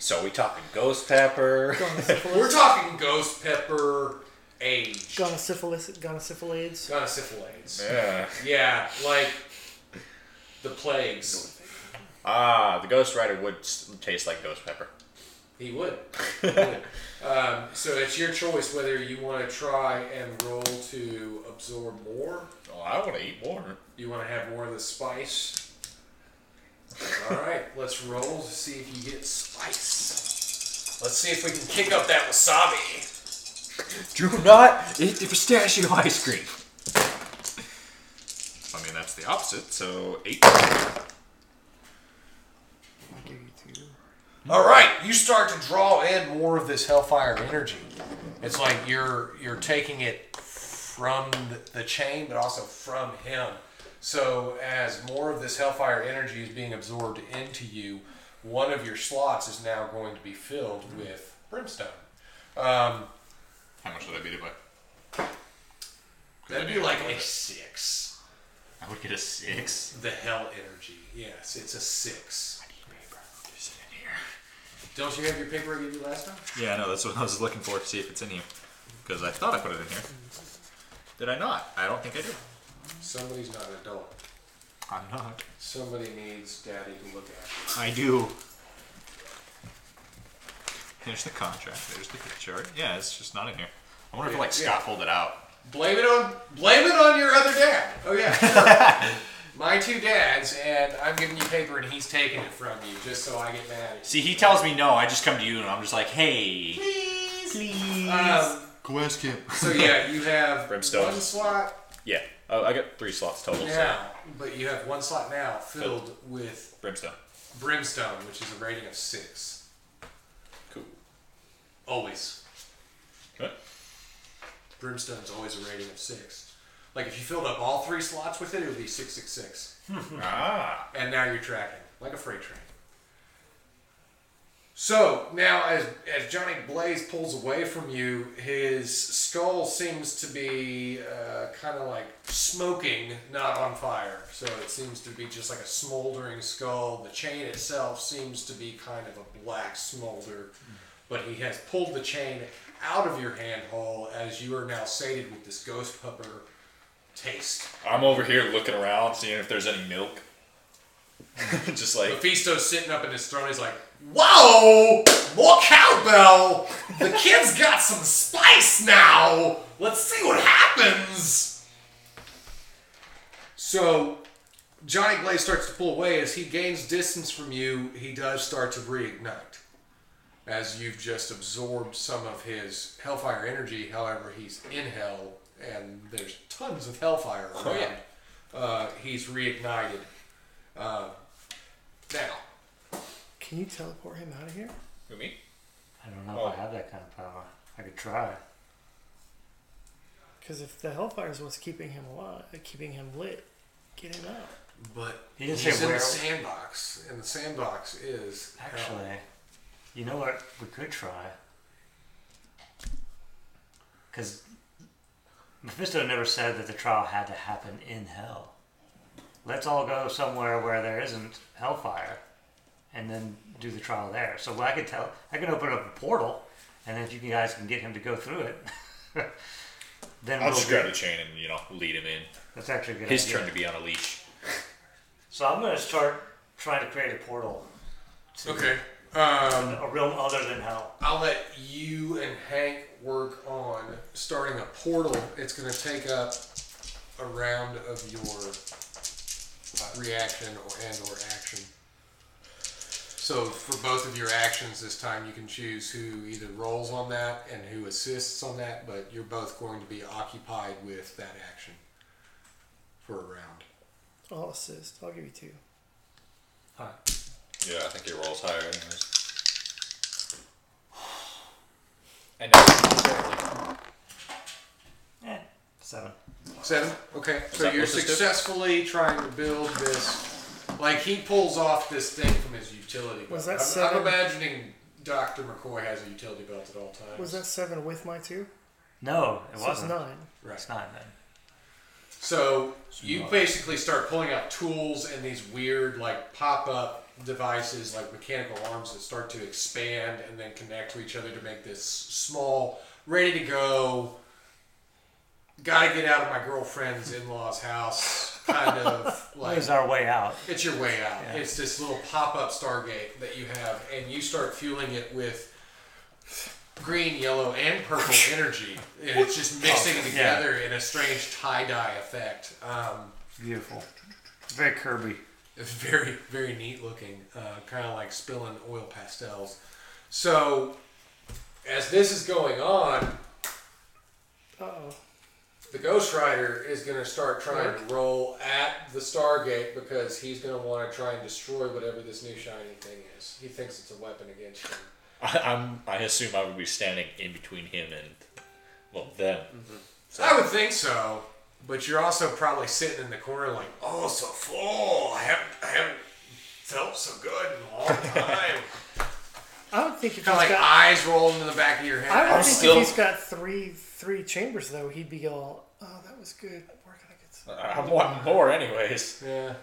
Speaker 4: So, we talking ghost pepper?
Speaker 1: We're
Speaker 3: Gonosyphilis.
Speaker 1: talking ghost pepper age.
Speaker 3: Gonosyphilis. Gonosyphilides.
Speaker 1: Gonosyphilades.
Speaker 4: Yeah.
Speaker 1: Yeah, like the plagues.
Speaker 4: Ah, the Ghost Rider would s- taste like ghost pepper.
Speaker 1: He would. He would. um, so it's your choice whether you want to try and roll to absorb more.
Speaker 4: Oh, I want to eat more.
Speaker 1: You want to have more of the spice. All right, let's roll to see if you get spice. Let's see if we can kick up that wasabi.
Speaker 4: Do not eat the pistachio ice cream. I mean, that's the opposite, so eight.
Speaker 1: All right, you start to draw in more of this hellfire energy. It's like you're you're taking it from the- the chain, but also from him. So as more of this hellfire energy is being absorbed into you, one of your slots is now going to be filled with brimstone. Um,
Speaker 4: How much would I beat it by?
Speaker 1: that'd be like a six.
Speaker 4: I would get a six.
Speaker 1: The hell energy. Yes, it's a six. Don't you have your paper I gave you last time?
Speaker 4: Yeah, no, that's what I was looking for to see if it's in here. Because I thought I put it in here. Did I not? I don't think I did.
Speaker 1: Somebody's not an adult.
Speaker 4: I'm not.
Speaker 1: Somebody needs daddy to look after.
Speaker 4: I do. There's the contract. There's the hit chart. Yeah, it's just not in here. I wonder if like
Speaker 1: Yeah.
Speaker 4: Scott pulled it out.
Speaker 1: Blame it on blame it on your other dad. Oh yeah, sure. my two dads, and I'm giving you paper, and he's taking it from you just so I get mad at
Speaker 4: See, he tells me no. I just come to you and I'm just like, hey.
Speaker 1: you. Um,
Speaker 6: Go ask him.
Speaker 1: so yeah, you have
Speaker 4: Brimstone.
Speaker 1: one slot
Speaker 4: Yeah. Oh, I got three slots total. So.
Speaker 1: now, but you have one slot now filled with
Speaker 4: Brimstone.
Speaker 1: brimstone, which is a rating of six.
Speaker 4: Cool.
Speaker 1: Always,
Speaker 4: What?
Speaker 1: brimstone's always a rating of six. Like if you filled up all three slots with it, it would be six six six.
Speaker 4: Ah.
Speaker 1: and now you're tracking like a freight train. So now, as as Johnny Blaze pulls away from you, his skull seems to be uh, kind of like smoking, not on fire. So it seems to be just like a smoldering skull. The chain itself seems to be kind of a black smolder, but he has pulled the chain out of your handhole as you are now sated with this ghost pepper taste.
Speaker 6: I'm over here looking around, seeing if there's any milk. Just like
Speaker 1: Mephisto's sitting up in his throne. He's like, "Whoa, more cowbell! The kid's got some spice now. Let's see what happens." So, Johnny Blaze starts to pull away as he gains distance from you. He does start to reignite, as you've just absorbed some of his hellfire energy. However, he's in hell, and there's tons of hellfire around.
Speaker 4: yeah.
Speaker 1: Uh, he's reignited. Now,
Speaker 3: Can you teleport him out of here?
Speaker 4: Who me?
Speaker 5: I don't know
Speaker 2: Oh.
Speaker 5: if I have that kind of power. I could try.
Speaker 3: Because if the Hellfire is what's keeping him alive, keeping him lit, get him out.
Speaker 1: But
Speaker 5: He didn't
Speaker 1: he's
Speaker 5: say
Speaker 1: in
Speaker 5: where.
Speaker 1: the sandbox, and the sandbox is hell.
Speaker 5: Actually, you know what? We could try. Because Mephisto never said that the trial had to happen in hell. Let's all go somewhere where there isn't hellfire, and then do the trial there. So I could tell, I can open up a portal, and then if you guys can get him to go through it, then
Speaker 4: I'll
Speaker 5: we'll
Speaker 4: just
Speaker 5: do
Speaker 4: grab the
Speaker 5: it.
Speaker 4: chain and you know lead him in.
Speaker 5: That's actually a good.
Speaker 4: His
Speaker 5: idea.
Speaker 4: turn to be on a leash.
Speaker 5: So I'm going to start trying to create a portal to
Speaker 1: Okay. Um,
Speaker 5: a realm other than hell.
Speaker 1: I'll let you and Hank work on starting a portal. It's going to take up a round of your uh, reaction or and or action. So for both of your actions this time, you can choose who either rolls on that and who assists on that, but you're both going to be occupied with that action for a round.
Speaker 3: I'll assist. I'll give you two.
Speaker 4: Yeah, I think he rolls higher anyways. I know.
Speaker 5: Eh, Seven.
Speaker 1: Seven. Okay, so
Speaker 6: that
Speaker 1: you're
Speaker 6: closest to?
Speaker 1: successfully trying to build this. Like he pulls off this thing from his utility belt.
Speaker 3: Was
Speaker 1: I'm,
Speaker 3: that seven?
Speaker 1: I'm imagining Doctor McCoy has a utility belt at all times.
Speaker 3: Was that seven with my two?
Speaker 5: No,
Speaker 3: So
Speaker 5: it
Speaker 3: it's
Speaker 5: wasn't.
Speaker 3: nine.
Speaker 1: right?
Speaker 5: It's nine then.
Speaker 1: So you basically start pulling out tools and these weird like pop-up devices, like mechanical arms that start to expand and then connect to each other to make this small, ready to go. Got to get out of my girlfriend's in-laws house. Kind of
Speaker 5: What
Speaker 1: like
Speaker 5: is our way out?
Speaker 1: It's your way out. It's this little pop-up Stargate that you have, and you start fueling it with green, yellow, and purple energy, and it's just mixing
Speaker 5: yeah.
Speaker 1: together in a strange tie-dye effect. Um,
Speaker 5: Beautiful. It's very Kirby.
Speaker 1: it's very, very neat looking, uh, kind of like spilling oil pastels. So, as this is going on,
Speaker 3: Uh oh.
Speaker 1: the Ghost Rider is going to start trying to roll at the Stargate because he's going to want to try and destroy whatever this new shiny thing is. He thinks it's a weapon against him.
Speaker 6: I, I'm. I assume I would be standing in between him and, well, them.
Speaker 1: I would think so, but you're also probably sitting in the corner like, oh, so full. I haven't, I haven't felt so good in a long time.
Speaker 3: I would think if he's
Speaker 1: kind of like
Speaker 3: got,
Speaker 1: eyes rolling in the back of your head.
Speaker 3: I would think
Speaker 6: still-
Speaker 3: if he's got three three chambers though, he'd be all, oh, that was good. Where can I get some?
Speaker 6: I want more, anyways.
Speaker 1: yeah.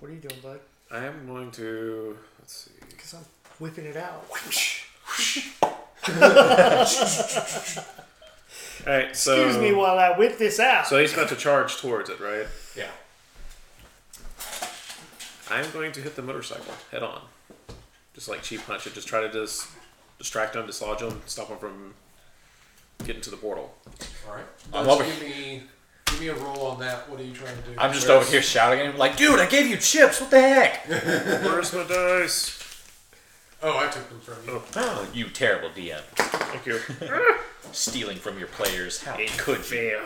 Speaker 3: What are you doing, bud?
Speaker 2: I am going to. Let's see.
Speaker 3: Because I'm whipping it out.
Speaker 2: All right, so.
Speaker 3: Excuse me while I whip this out.
Speaker 2: So he's about to charge towards it, right?
Speaker 1: Yeah.
Speaker 2: I'm going to hit the motorcycle head on, just like cheap punch it. Just try to dis- distract him, dislodge him, stop him from getting to the portal.
Speaker 1: All right.
Speaker 6: I'm
Speaker 1: Let's
Speaker 6: over-
Speaker 1: give me, give me a roll on that. What are you trying to do?
Speaker 6: I'm just over here shouting at him like, "Dude, I gave you chips. What the heck?"
Speaker 2: Where's my dice?
Speaker 1: Oh, I took them from you.
Speaker 6: Oh, you terrible DM,
Speaker 2: Thank you.
Speaker 6: stealing from your players. How could you?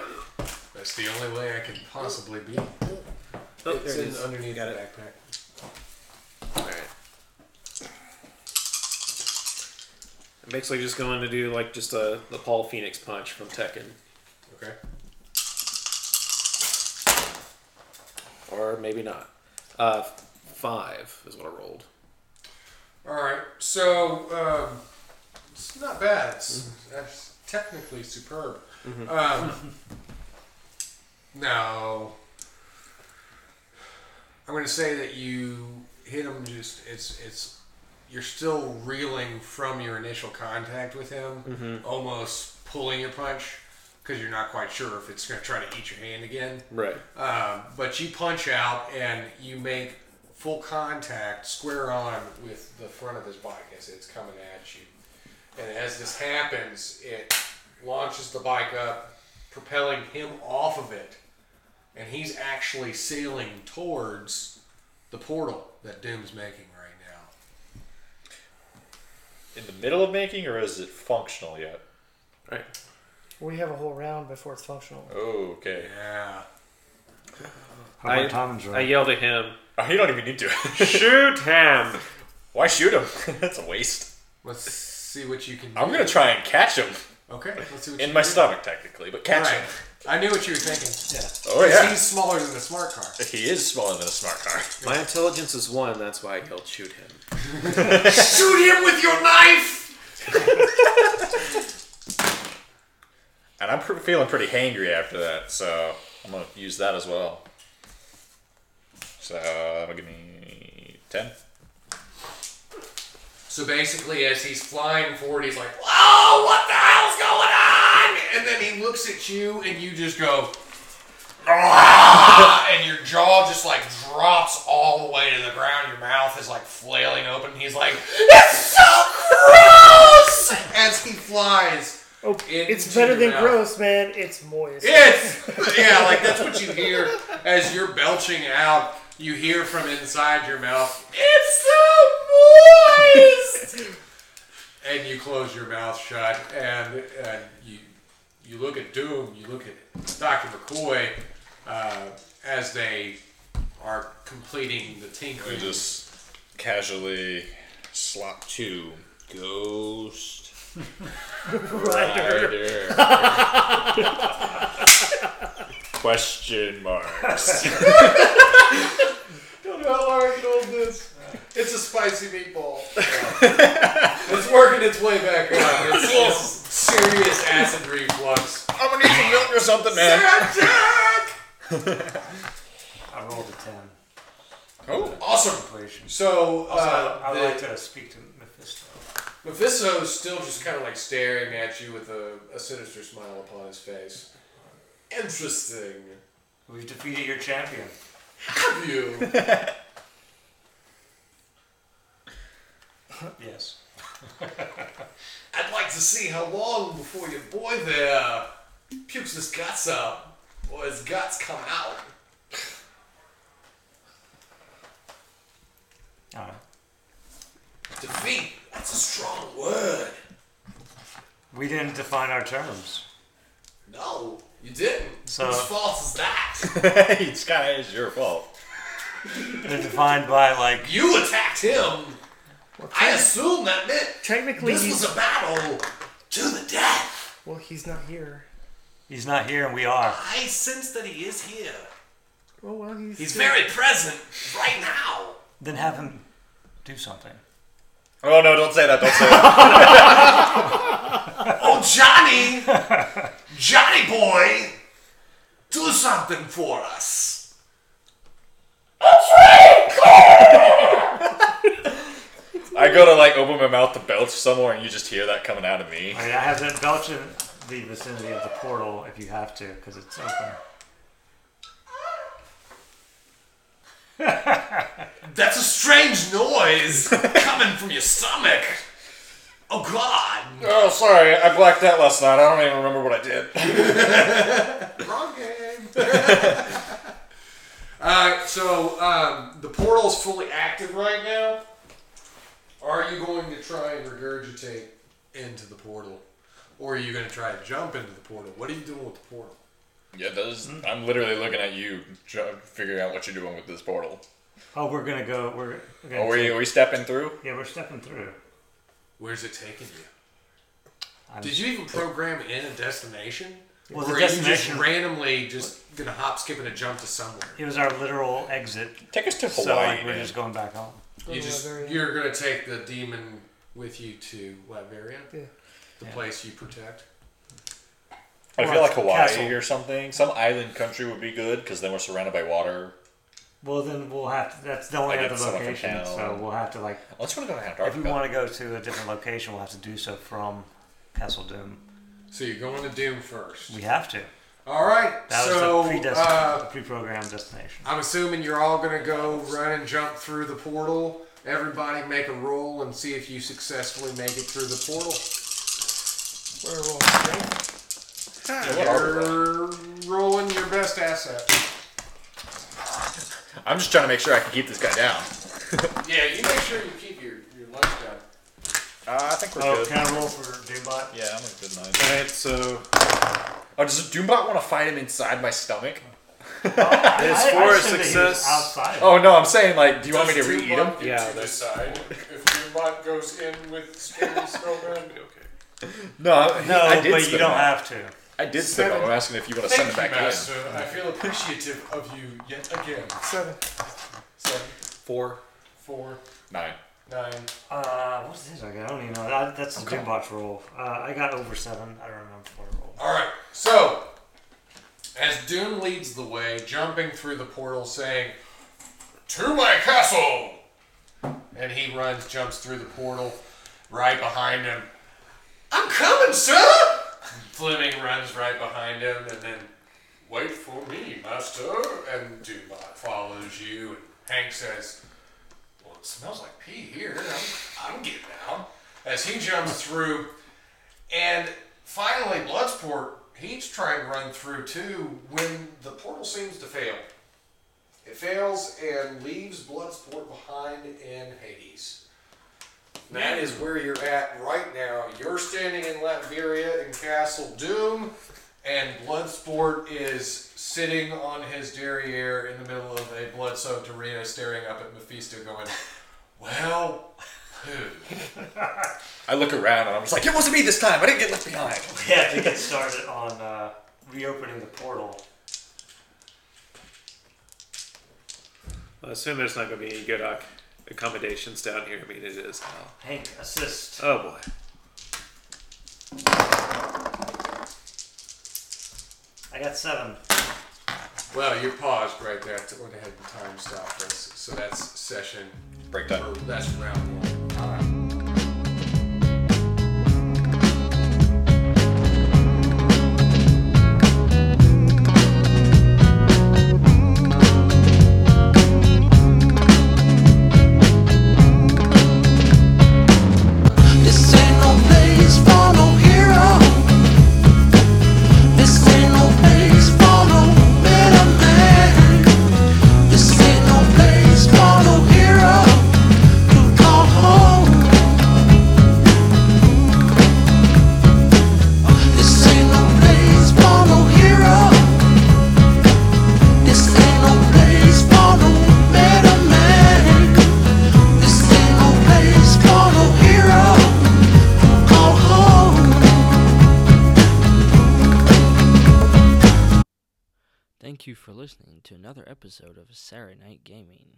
Speaker 1: That's the only way I can possibly be.
Speaker 2: Oh,
Speaker 1: It's
Speaker 2: there it
Speaker 1: in
Speaker 2: is.
Speaker 1: underneath
Speaker 2: Got
Speaker 1: the
Speaker 2: it.
Speaker 1: backpack.
Speaker 2: All right. I'm basically just going to do like just a the Paul Phoenix punch from Tekken,
Speaker 1: Okay.
Speaker 2: or maybe not. Uh, five is what I rolled.
Speaker 1: All right. So um, it's not bad. It's, that's technically superb. Um, no, I'm going to say that you hit him. Just it's it's you're still reeling from your initial contact with him, almost pulling your punch because you're not quite sure if it's going to try to eat your hand again.
Speaker 2: Right.
Speaker 1: Um, but you punch out and you make full contact, square on with the front of his bike as it's coming at you. And as this happens, it launches the bike up, propelling him off of it. And he's actually sailing towards the portal that Doom's making right now.
Speaker 6: In the middle of making, or is it functional yet?
Speaker 2: Right.
Speaker 3: we have a whole round before it's functional.
Speaker 6: Oh, okay.
Speaker 1: Yeah.
Speaker 5: How about
Speaker 2: I-
Speaker 5: Tom's roll?
Speaker 2: I yelled at him.
Speaker 6: Oh, you don't even need to.
Speaker 2: Shoot him!
Speaker 6: Why shoot him? That's a waste.
Speaker 1: Let's see what you can do.
Speaker 6: I'm gonna try and catch him
Speaker 1: Okay, let's see what you
Speaker 6: in
Speaker 1: can
Speaker 6: my
Speaker 1: do.
Speaker 6: stomach, technically, but
Speaker 1: All
Speaker 6: catch
Speaker 1: right.
Speaker 6: him.
Speaker 1: I knew what you were thinking.
Speaker 6: Oh yeah.
Speaker 1: He's smaller than a smart car.
Speaker 6: He is smaller than a smart car.
Speaker 2: My intelligence is one. That's why I yelled, "Shoot him!"
Speaker 1: Shoot him with your knife!
Speaker 6: And I'm pre- feeling pretty hangry after that, so I'm gonna use that as well. So that'll give me ten.
Speaker 1: So basically, as he's flying forward, he's like, "Whoa, what the hell's going on?" And then he looks at you, and you just go, "Ah!" and your jaw just like drops all the way to the ground. Your mouth is like flailing open. He's like, "It's so gross!" As he flies,
Speaker 3: Oh,
Speaker 1: Into
Speaker 3: it's better than
Speaker 1: your mouth.
Speaker 3: gross, man. It's moist.
Speaker 1: it's yeah, like that's what you hear as you're belching out. You hear from inside your mouth, "It's so moist." and you close your mouth shut and, and you you look at Doom, you look at Doctor McCoy uh, as they are completing the
Speaker 6: I
Speaker 1: tinkering.
Speaker 6: just casually slop two ghost.
Speaker 3: Rider.
Speaker 6: Question marks.
Speaker 1: don't know how long I can hold this. It's a spicy meatball. it's working its way back up. It's, it's serious acid reflux.
Speaker 6: I'm gonna need some milk or something, man.
Speaker 5: I rolled a 10.
Speaker 1: Oh, awesome.
Speaker 5: Persuasion.
Speaker 1: So,
Speaker 5: Also,
Speaker 1: uh,
Speaker 5: I, I
Speaker 1: the-
Speaker 5: like to speak to Mephisto.
Speaker 1: Mephisto's still just kind of like staring at you with a, a sinister smile upon his face. Interesting.
Speaker 5: We've defeated your champion.
Speaker 1: Have you?
Speaker 5: Yes.
Speaker 1: I'd like to see how long before your boy there pukes his guts up or his guts come out.
Speaker 5: All
Speaker 6: Uh,
Speaker 5: right.
Speaker 1: Defeat, that's a strong word.
Speaker 5: We didn't define our terms.
Speaker 1: No, you didn't.
Speaker 5: So-
Speaker 1: Whose fault is that?
Speaker 6: it's kind of is your fault.
Speaker 5: They're defined by like
Speaker 1: you attacked him. I assume that meant
Speaker 3: Technically,
Speaker 1: this was
Speaker 3: he's,
Speaker 1: a battle to the death.
Speaker 3: well, he's not here.
Speaker 5: he's not here and we are.
Speaker 1: I sense that he is here.
Speaker 3: Oh well, he's,
Speaker 1: He's
Speaker 3: still-
Speaker 1: very present right now.
Speaker 5: Then have him do something.
Speaker 6: Oh no! Don't say that. Don't say that.
Speaker 1: Oh, Johnny! Johnny boy! Do something for us!
Speaker 6: I go to like open my mouth to belch somewhere, and you just hear that coming out of me.
Speaker 5: I mean, I have that belch in the vicinity of the portal if you have to, because it's open.
Speaker 1: That's a strange noise coming from your stomach! Oh, God!
Speaker 6: Oh, sorry. I blacked out last night. I don't even remember what I did.
Speaker 1: Wrong game! uh, so, um, the portal's fully active right now. Are you going to try and regurgitate into the portal? Or are you going to try to jump into the portal? What are you doing with the portal?
Speaker 6: Yeah, those. I'm literally looking at you, tr- figuring out what you're doing with this portal.
Speaker 5: Oh, we're gonna go. We're, we're gonna
Speaker 6: Are we? Are we stepping through?
Speaker 5: yeah, we're stepping through.
Speaker 1: Where's it taking you?
Speaker 5: I'm-
Speaker 1: Did you even program in a destination?
Speaker 5: Well,
Speaker 1: or
Speaker 5: the
Speaker 1: are you
Speaker 5: destination-
Speaker 1: just randomly just gonna hop, skip, and a jump to somewhere?
Speaker 5: It was our literal exit,
Speaker 6: Take us to Hawaii.
Speaker 5: so like we're
Speaker 6: man.
Speaker 5: just going back home.
Speaker 3: Go
Speaker 1: You
Speaker 3: to
Speaker 1: just
Speaker 3: Liberia.
Speaker 1: you're gonna take the demon with you to Liberia,
Speaker 3: Yeah.
Speaker 1: the place you protect.
Speaker 6: I feel like
Speaker 5: Castle.
Speaker 6: Hawaii or something. Some island country would be good because then we're surrounded by water.
Speaker 5: Well, then we'll have to. That's the only
Speaker 6: Like,
Speaker 5: other
Speaker 6: if someone from
Speaker 5: location,
Speaker 6: town-
Speaker 5: so we'll have to like.
Speaker 6: Let's go to
Speaker 5: If
Speaker 6: Antarctica.
Speaker 5: we want to go to a different location, we'll have to do so from Castle Doom.
Speaker 1: So you're going to Doom first.
Speaker 5: We have to.
Speaker 1: All right.
Speaker 5: That
Speaker 1: so
Speaker 5: was the predestined,
Speaker 1: uh,
Speaker 5: the pre-programmed destination.
Speaker 1: I'm assuming you're all gonna go run and jump through the portal. Everybody make a roll and see if you successfully make it through the portal.
Speaker 3: We're rolling strength.
Speaker 6: Yeah, what are we doing?
Speaker 1: You're rolling your best asset.
Speaker 6: I'm just trying to make sure I can keep this guy down.
Speaker 1: Yeah, you make sure you keep your, your lunch down.
Speaker 6: Uh, I think we're
Speaker 5: Oh,
Speaker 6: good.
Speaker 5: can I roll for Doombot?
Speaker 6: Yeah, I'm a good nine.
Speaker 2: Alright, so
Speaker 6: Oh, does Doombot want to fight him inside my stomach?
Speaker 2: it's
Speaker 5: I- I
Speaker 2: for
Speaker 5: assumed that he was
Speaker 2: success.
Speaker 5: Outside.
Speaker 6: Oh no, I'm saying like, do you want me to re-eat him?
Speaker 2: Yeah,
Speaker 1: Yeah,
Speaker 2: that's-
Speaker 1: decide if Doombot goes in with Scooby's program.
Speaker 6: No, I,
Speaker 5: Oh, No,
Speaker 6: I did
Speaker 5: but
Speaker 6: spit
Speaker 5: you
Speaker 6: him
Speaker 5: don't
Speaker 6: out.
Speaker 5: have to.
Speaker 6: I did spit him. out. I'm asking if you want to send
Speaker 1: Thank
Speaker 6: him
Speaker 1: you,
Speaker 6: back
Speaker 1: Master.
Speaker 6: in.
Speaker 1: I feel appreciative of you yet again.
Speaker 3: Seven.
Speaker 1: Seven,
Speaker 6: Four,
Speaker 1: four,
Speaker 6: nine.
Speaker 1: nine.
Speaker 5: Uh, what's this? I got? I don't even know. That, that's the Doombot's roll. Uh, I got over seven. I don't remember what I rolled.
Speaker 1: All right. So, as Doom leads the way, jumping through the portal, saying, "To my castle," and he runs, jumps through the portal, right behind him. I'm coming, sir. Fleming runs right behind him, and then, "Wait for me, master." And Doombot follows you, and Hank says, "Well, it smells like pee here. I'm, I'm getting out." As he jumps through. And finally, Bloodsport, he's trying to run through too when the portal seems to fail. It fails and leaves Bloodsport behind in Hades. And That is where you're at right now. You're standing in Latveria in Castle Doom, and Bloodsport is sitting on his derriere in the middle of a blood soaked arena staring up at Mephisto, going, Well,
Speaker 6: I look around and I'm just like, it wasn't me this time. I didn't get left behind.
Speaker 5: Yeah, to get started on uh, reopening the portal.
Speaker 7: I assume there's not going to be any good ac- accommodations down here. I mean, it is hell.
Speaker 5: Hank, assist.
Speaker 7: Oh boy.
Speaker 5: I got seven.
Speaker 1: Well, you're paused right there. It went ahead and time stopped us. So that's session.
Speaker 6: Break that.
Speaker 1: Or that's round one. All right.
Speaker 8: This ain't no place for no hero. This ain't no place for no better man. This ain't no place for no hero to call home. This ain't no place for no hero. This ain't no place for no better man. This ain't no place for no hero to call home.
Speaker 9: Thank you for listening to another episode of Saturday Night Gaming.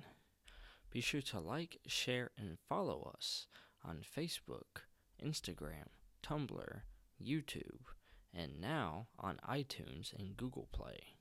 Speaker 9: Be sure to like, share, and follow us on Facebook, Instagram, Tumblr, YouTube, and now on iTunes and Google Play.